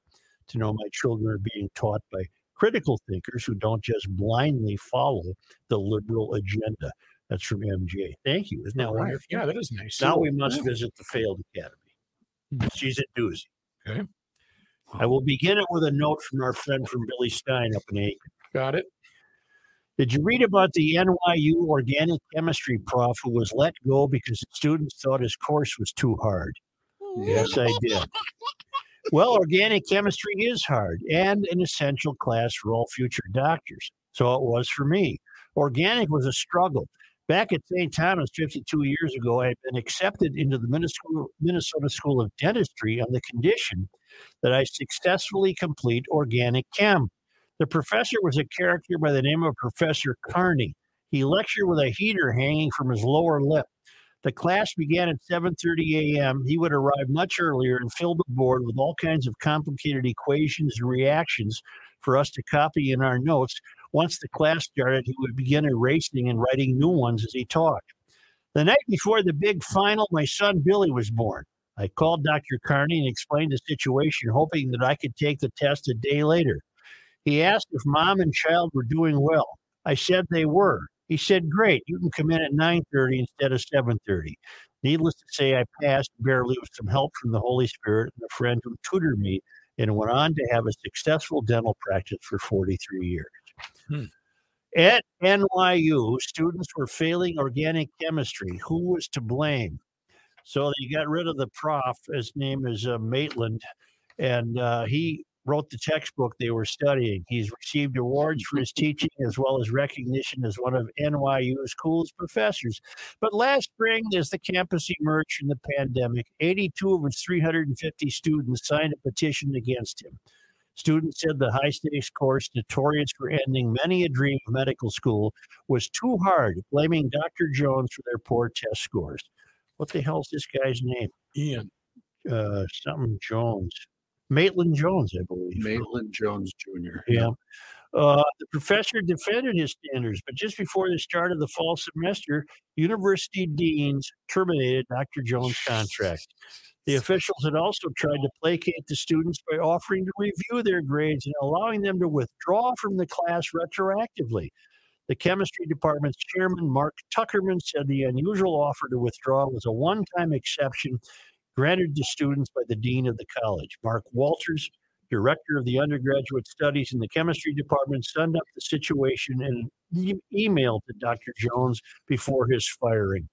A: to know my children are being taught by critical thinkers who don't just blindly follow the liberal agenda. That's from MJ. Thank you. Isn't that wonderful?
E: Yeah, that is nice.
A: Now we must visit the failed academy. She's a doozy.
E: Okay.
A: I will begin it with a note from our friend from Billy Stein up in Aiken.
E: Got it.
A: Did you read about the NYU organic chemistry prof who was let go because the students thought his course was too hard? Yes, I did. Well, organic chemistry is hard and an essential class for all future doctors. So it was for me. Organic was a struggle. Back at St. Thomas 52 years ago, I had been accepted into the Minnesota- Minnesota School of Dentistry on the condition that I successfully complete organic chem. The professor was a character by the name of Professor Carney. He lectured with a heater hanging from his lower lip. The class began at 7:30 a.m. He would arrive much earlier and fill the board with all kinds of complicated equations and reactions for us to copy in our notes. Once the class started, he would begin erasing and writing new ones as he taught. The night before the big final, my son Billy was born. I called Dr. Carney and explained the situation, hoping that I could take the test a day later. He asked if mom and child were doing well. I said they were. He said, "Great, you can come in at 9:30 instead of 7:30." Needless to say, I passed barely with some help from the Holy Spirit and a friend who tutored me, and went on to have a successful dental practice for 43 years.
E: Hmm.
A: At NYU, students were failing organic chemistry. Who was to blame? So they got rid of the prof. His name is uh, Maitland, and uh, he wrote the textbook they were studying. He's received awards for his teaching as well as recognition as one of NYU's coolest professors. But last spring, as the campus emerged from the pandemic, 82 of his 350 students signed a petition against him. Students said the high stakes course, notorious for ending many a dream of medical school, was too hard, blaming Dr. Jones for their poor test scores. What the hell's this guy's name?
E: Ian.
A: Uh, something Jones. Maitland Jones, I believe.
D: Maitland Jones Jr.
A: Yeah. Uh, the professor defended his standards, but just before the start of the fall semester, university deans terminated Dr. Jones' contract. The officials had also tried to placate the students by offering to review their grades and allowing them to withdraw from the class retroactively. The chemistry department's chairman, Mark Tuckerman, said the unusual offer to withdraw was a one time exception granted to students by the dean of the college. Mark Walters, director of the undergraduate studies in the chemistry department, summed up the situation in an e- email to Dr. Jones before his firing.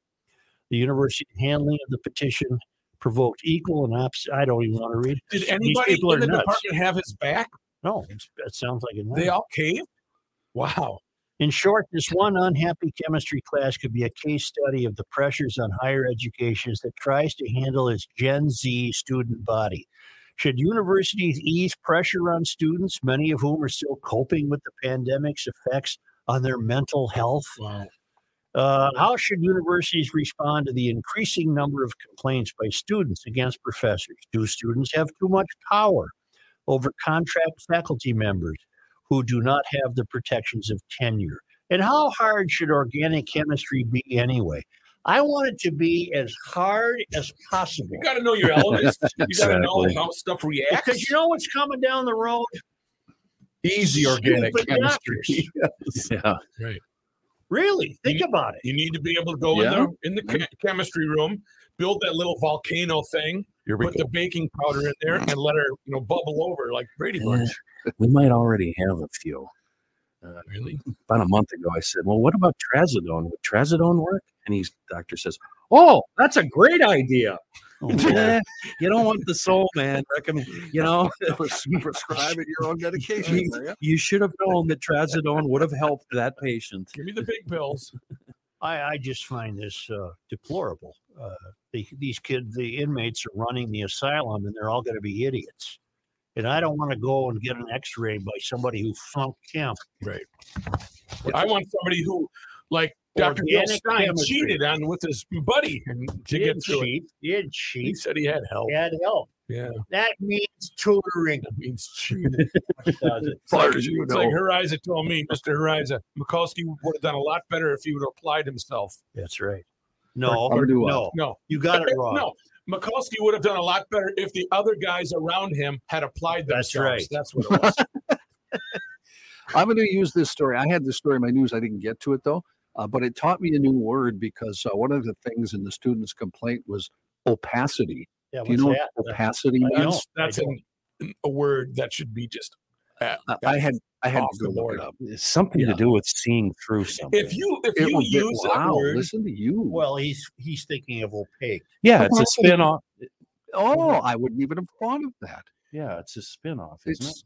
A: The university handling of the petition provoked equal and opposite. I don't even want to read.
E: Did
A: These
E: anybody
A: people
E: in
A: are
E: the
A: nuts.
E: department have his back?
A: No, that sounds like it.
E: They all caved. Wow.
A: In short, this one unhappy chemistry class could be a case study of the pressures on higher education as that tries to handle its Gen Z student body. Should universities ease pressure on students, many of whom are still coping with the pandemic's effects on their mental health?
E: Wow.
A: Uh, how should universities respond to the increasing number of complaints by students against professors? Do students have too much power over contract faculty members who do not have the protections of tenure? And how hard should organic chemistry be anyway? I want it to be as hard as possible.
E: You got to know
A: (laughs)
E: your elements. You got to know
A: Exactly.
E: how stuff reacts.
A: Because you know what's coming down the road?
B: Easy organic
A: Stupid
B: chemistry. (laughs)
C: Yeah.
E: Right.
A: Really, think about it.
E: You need to be able to go
B: Yeah.
E: in the in the che- chemistry room, build that little volcano thing,
B: Here we
E: put the baking powder in there, and let her you know bubble over like Brady Bunch.
C: we might already have a few. Uh,
E: really?
C: About a month ago, I said, "Well, what about trazodone? Would trazodone work?" And he's doctor says, "Oh, that's a great idea.
A: (laughs) man.
C: you don't want the soul, man. Recommend, you
D: (laughs)
C: know."
D: Pres- prescribing
C: (laughs)
D: your own medication. are ya?
C: You should have known that trazodone would have helped that patient.
E: Give me the big pills.
A: I, I just find this uh, deplorable. Uh, the, these kids, the inmates are running the asylum and they're all going to be idiots. And I don't want to go and get an x ray by somebody who flunked camp.
E: Right. I want somebody who, like Dr. Bill
A: Organic
E: Stein,
A: chemistry.
E: cheated on with his buddy and to get
A: Did
E: through it. Oh.
A: cheat, did
E: He (laughs)
A: cheat,
E: said he had help.
A: had help.
E: Yeah.
A: That means tutoring.
E: That means cheated.
A: does
E: (laughs)
A: it?
D: Far as you
E: It's
D: know.
E: like Heriza told me, Mr. Heriza, Mikulski would have done a lot better if he would have applied himself.
A: That's right. No,
D: Or do I?
A: no,
E: No,
A: you got it wrong.
E: (laughs) No, Mikulski would have done a lot better if the other guys around him had applied
A: That's
E: themselves.
A: right.
E: That's what it
A: (laughs)
E: was.
D: I'm going to use this story. I had this story in my news. I didn't get to it though, uh, but it taught me a new word because uh, one of the things in the student's complaint was opacity.
A: Yeah,
D: Do you
A: what's
D: know
A: that?
D: what opacity
A: I
D: means?
A: don't.
E: That's, that's an, a word that should be just. uh,
D: I, I had I had
E: Off
D: to
E: the
D: go look it
E: board.
D: up.
C: It's something to
D: Yeah.
C: do with seeing through something.
E: if you if
D: It
E: you
D: was
E: use that
D: wow.
E: word,
D: Listen to you.
A: Well, he's he's thinking of opaque.
C: yeah, it's a spin off.
D: oh, I wouldn't even have thought of that.
C: Yeah, it's a spin off, isn't
D: It's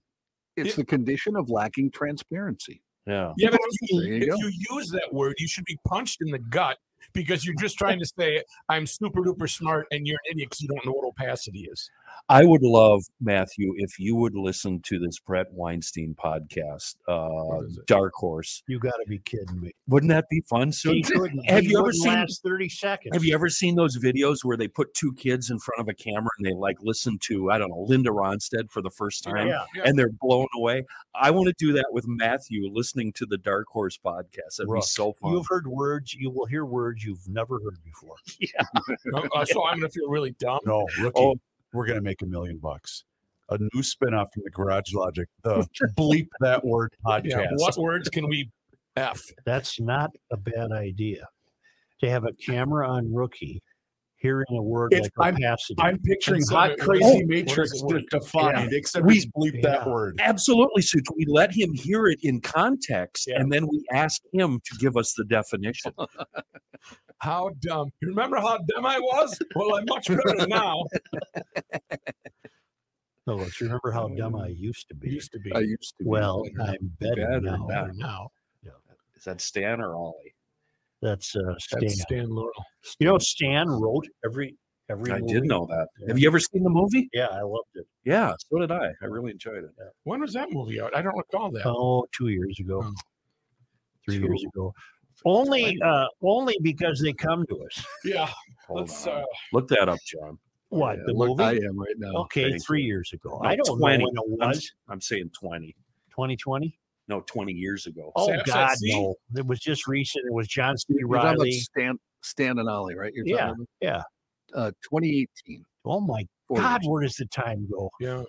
D: it's
E: It-
D: the condition of lacking transparency.
C: it? Yeah.
E: yeah, but if you,
D: There you
E: if
D: go.
E: you use that word, you should be punched in the gut because you're just trying to say I'm super duper smart and you're an idiot because you don't know what opacity is.
C: I would love Matthew if you would listen to this Brett Weinstein podcast, uh,
E: is it?
C: Dark Horse.
A: You got to be kidding me.
C: Wouldn't that be fun? So (laughs)
A: He couldn't.
C: have
A: he
C: you ever
A: wouldn't
C: seen-
A: Last Thirty seconds.
C: Have you ever seen those videos where they put two kids in front of a camera and they like listen to I don't know Linda Ronstadt for the first time
A: Yeah.
E: Yeah.
C: and they're blown away? I want to do that with Matthew listening to the Dark Horse podcast. That'd
A: Rook,
C: be so fun.
A: You've heard words. You will hear words you've never heard before.
E: No, uh, so I'm gonna feel really dumb.
B: No, rookie.
C: Oh.
B: We're gonna make a million bucks. A new spinoff from the Garage Logic, the bleep that word
E: Yeah,
B: podcast.
E: what words can we f?
A: That's not a bad idea. To have a camera on rookie, hearing a word
B: It's-
A: like opacity.
B: I'm picturing
E: Instead
B: hot
E: of- Oh,
B: crazy
E: where
B: matrix
E: does it work?
B: defined, except
C: We-
B: we bleep that
A: Yeah.
B: word.
C: Absolutely, Such. We let him hear it in context,
E: Yeah.
C: and then we ask him to give us the definition.
E: How dumb. You remember how dumb I was? Well, I'm much better now.
A: Oh, let's remember how dumb I used to be. Used to be.
D: I used to be
A: Well,
D: better.
A: I'm better,
C: Better
A: now.
C: now.
E: Now,
C: (laughs) Is that Stan or Ollie?
A: That's uh, Stan.
E: that's Stan Laurel.
A: You know, Stan wrote every every.
C: I did
A: movie?
C: know that.
A: Yeah.
C: Have you ever seen the movie?
A: Yeah, I loved it.
C: Yeah, so did I. I really enjoyed it.
E: When was that movie out? I don't recall that.
A: Oh, two years ago,
E: Oh.
A: three years ago. Only, uh, only because they come to us.
E: Yeah.
C: Hold
E: Let's,
C: on.
E: uh,
C: Look that up, John.
A: What
D: Yeah,
A: the
D: look,
A: movie? Oh,
D: I oh, am right now.
A: okay,
C: thank
A: three years ago.
C: No,
A: I don't
C: 20.
A: know when it
C: I'm,
A: was.
C: I'm saying 20.
A: 2020.
C: No, 20 years ago.
A: Oh
E: Sam-
A: God,
E: Sam-
A: no! It was just recent. It was John C.
D: You're talking about
A: Riley.
D: Stan, Stan and Ollie, right? You're
A: Yeah,
D: talking
A: yeah.
D: about, uh, 2018.
A: Oh my
D: four
A: God,
D: years.
A: where does the time go?
E: Yeah.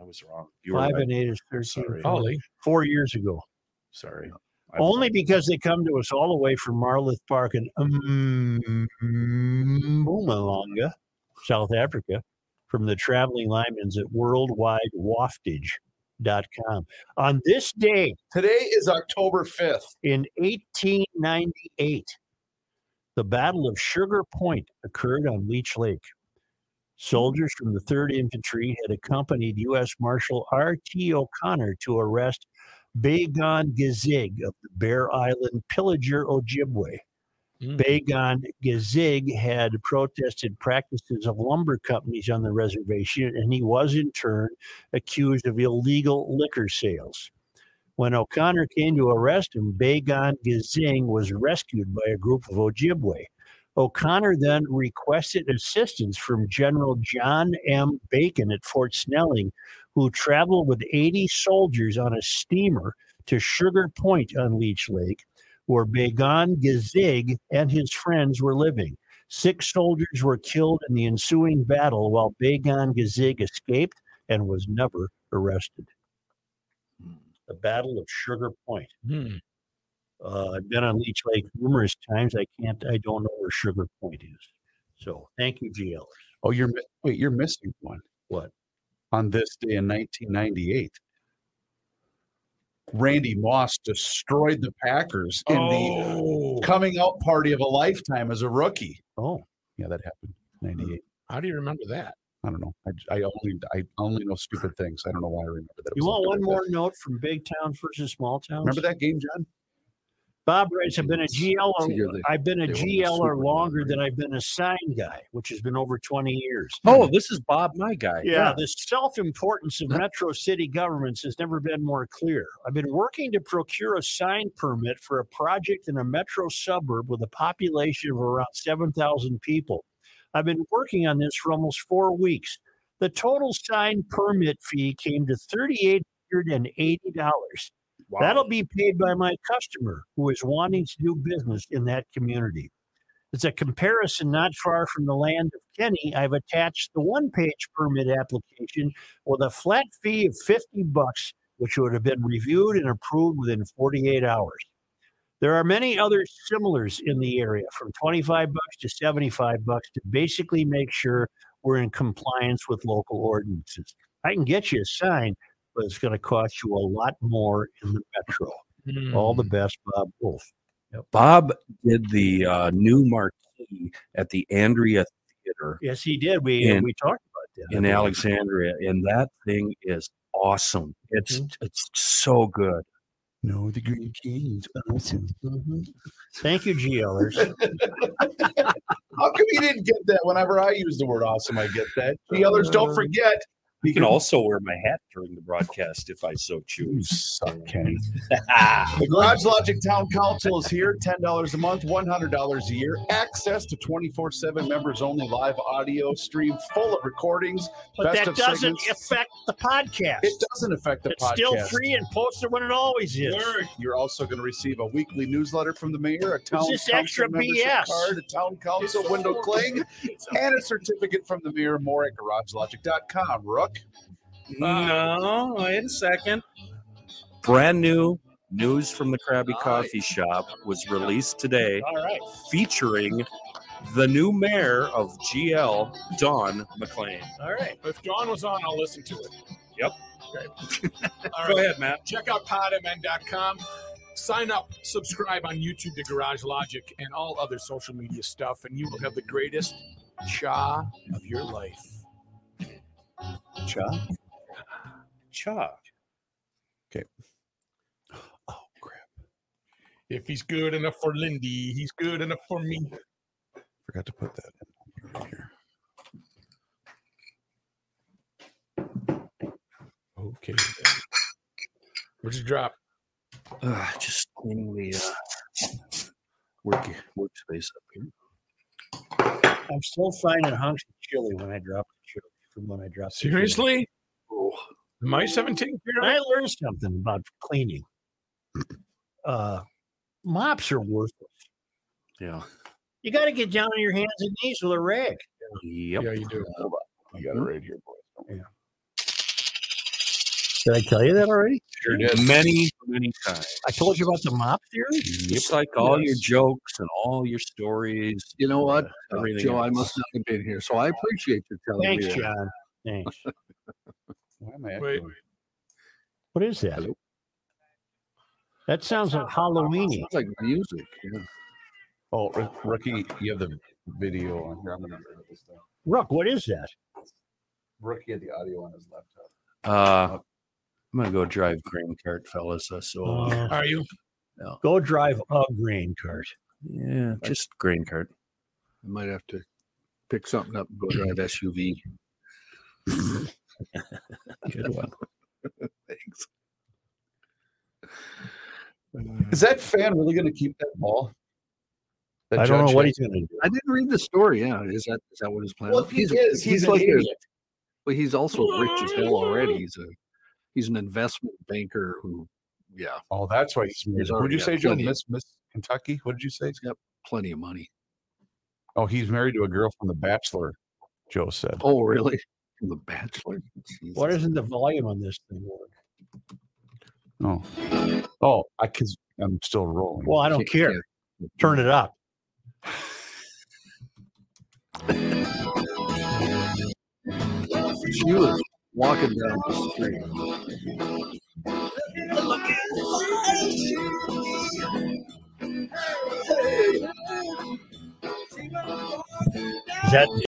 C: I was wrong. You were
A: Five
C: right.
A: and eight is 13.
C: Sorry.
A: four-
E: Ollie.
A: Four years ago.
C: Sorry. I
A: Only
C: apologize.
A: because they come to us all the way from Marloth Park in Mpumalanga, South Africa, from the traveling limans at worldwidewaftage.com. On this day
B: Today is October 5th.
A: in 1898, the Battle of Sugar Point occurred on Leech Lake. Soldiers from the 3rd Infantry had accompanied U.S. Marshal R.T. O'Connor to arrest Bagon Gazig of the Bear Island pillager Ojibwe.
E: Mm.
A: Bagon Gazig had protested practices of lumber companies on the reservation, and he was in turn accused of illegal liquor sales. When O'Connor came to arrest him, Bagon Gazing was rescued by a group of Ojibwe. O'Connor then requested assistance from General John M. Bacon at Fort Snelling, who traveled with 80 soldiers on a steamer to Sugar Point on Leech Lake, where Bagon Gazig and his friends were living. Six soldiers were killed in the ensuing battle, while Bagon Gazig escaped and was never arrested. The Battle of Sugar Point.
E: Hmm.
A: Uh, I've been on Leech Lake numerous times. I can't. I don't know where Sugar Point is. So thank you, GL.
B: Oh, you're mi- wait, you're missing one.
A: What?
B: On this day in 1998, Randy Moss destroyed the uh, Packers in
E: oh.
B: the coming out party of a lifetime as a rookie.
A: Oh,
B: Yeah, that happened. 98.
E: How do you remember that?
B: I don't know. I, j- I only I only know stupid things. I don't know why I remember that. It
A: you
B: was
A: want one
B: something like
A: more note from big town versus small
B: that.
A: town?
B: Remember that game, John?
A: Bob writes, I've been a
D: It's-
A: GL
D: it's a year
A: or
D: they-
A: I've been a
D: they won the
A: GL
D: Super
A: or
D: Bowl,
A: longer than
D: right?
A: I've been a sign guy, which has been over 20 years.
C: Oh, this is Bob, my guy.
A: Yeah, the self importance of metro city governments has never been more clear. I've been working to procure a sign permit for a project in a metro suburb with a population of around 7,000 people. I've been working on this for almost four weeks. The total sign permit fee came to $3,880.
C: Wow.
A: That'll be paid by my customer who is wanting to do business in that community. It's a comparison not far from the land of Kenny. I've attached the one page permit application with a flat fee of 50 bucks, which would have been reviewed and approved within 48 hours. There are many other similars in the area from 25 bucks to 75 bucks to basically make sure we're in compliance with local ordinances. I can get you a sign, but it's going to cost you a lot more in the metro. All
C: Mm.
A: the best, Bob Wolf.
C: Bob did the uh, new marquee at the Andrea Theater
A: Yes, he did. We
C: And-
A: we talked about that.
C: in Alexandria, and that thing is awesome. It's it's so good.
B: No, the Green King.
A: Thank you,
B: (laughs)
A: GLers.
B: How come you didn't get that? Whenever I use the word awesome, I get that. The others don't forget.
C: You can also wear my hat during the broadcast if I so choose.
B: suck, Kenny. (laughs) the Garage Logic Town Council is here. Ten dollars a month, one hundred dollars a year. Access to twenty-four seven members only live audio stream full of recordings.
A: But
B: Best
A: that
B: of
A: doesn't
B: segments.
A: affect the podcast.
B: It doesn't affect the
A: it's
B: podcast.
A: still free and posted when it always is.
B: Word. You're also going to receive a weekly newsletter from the mayor, a town
A: just
B: council
A: extra
B: membership
A: BS.
B: card, a town council window
A: (laughs)
B: cling, and a certificate from the mayor. More at GarageLogic.com. Rook.
C: No, wait a second. Brand new news from the Krabby
D: Nice.
C: Coffee Shop was released today,
A: All right.
C: featuring the new mayor of GL, Don McLean.
A: All right.
E: If John was on, I'll listen to it.
C: Yep.
E: All
C: Go
E: right.
C: ahead, Matt.
E: Check out podmn.com. Sign up, subscribe on YouTube to Garage Logic and all other social media stuff, and you will have the greatest cha of your life.
B: Cha?
E: Cha.
B: Okay.
E: Oh, crap. If he's good enough for Lindy, he's good enough for me.
B: Forgot to put that in here.
E: Okay. Where's the drop?
C: Uh, just cleaning the uh, work workspace up here.
A: I'm still finding hunks of chili when I drop the chili from when I drop. the chili.
E: Seriously? Am I 17?
A: And I learned something about cleaning. Uh, mops are worthless.
C: Yeah.
A: You got to get down on your hands and knees with a rag.
C: Yep.
E: Yeah, you do.
B: I got it right here, boys.
A: Did I tell you that already?
C: Sure did. Many, many times.
A: I told you about the mop theory.
C: It's like all your jokes and all your stories.
D: You know what, uh,
C: Everything
D: Joe? I
C: else.
D: must not have been here, so I appreciate you telling
A: Thanks,
D: me. that.
A: John. Thanks.
B: Why am I
E: Wait.
B: echoing?
A: What is that?
D: Hello?
A: That sounds like Halloweeny.
D: Sounds like music. Yeah.
B: Oh, Rick- Ricky, you have the video on here. I'm gonna edit this down.
A: Rook, what is that?
B: Ricky had the audio on his laptop.
C: Uh, I'm gonna go drive green cart, fellas. uh, So
A: Uh,
E: Are you?
A: go drive a grain cart.
C: yeah, just green cart.
D: I might have to pick something up and go drive SUV.
C: Good one.
D: Thanks.
B: Is that fan really going to keep that ball? That
A: I don't know
B: Judge
A: what
B: hit?
A: he's going to do.
D: I didn't read the story. Yeah, is that is that what his plan?
B: Well,
D: was?
B: if he is, he's, an
D: like a-
B: idiot.
D: Well, he's also rich as hell already. He's a he's an investment banker who, yeah,
B: Oh, that's why he's. married. What did
D: already
B: you
D: got
B: say, Joe?
D: plenty of-
B: Miss Miss Kentucky. What did you say?
D: plenty of money.
B: Oh, he's married to a girl from The Bachelor. Joe said.
D: Oh, really? From The Bachelor. Jesus.
A: What isn't the volume on this thing? work?
B: Oh, oh, I cause I'm still rolling.
A: Well, I don't
D: Can't-
A: care.
D: can't-
A: Turn it up.
D: She was walking down the street.
A: Is that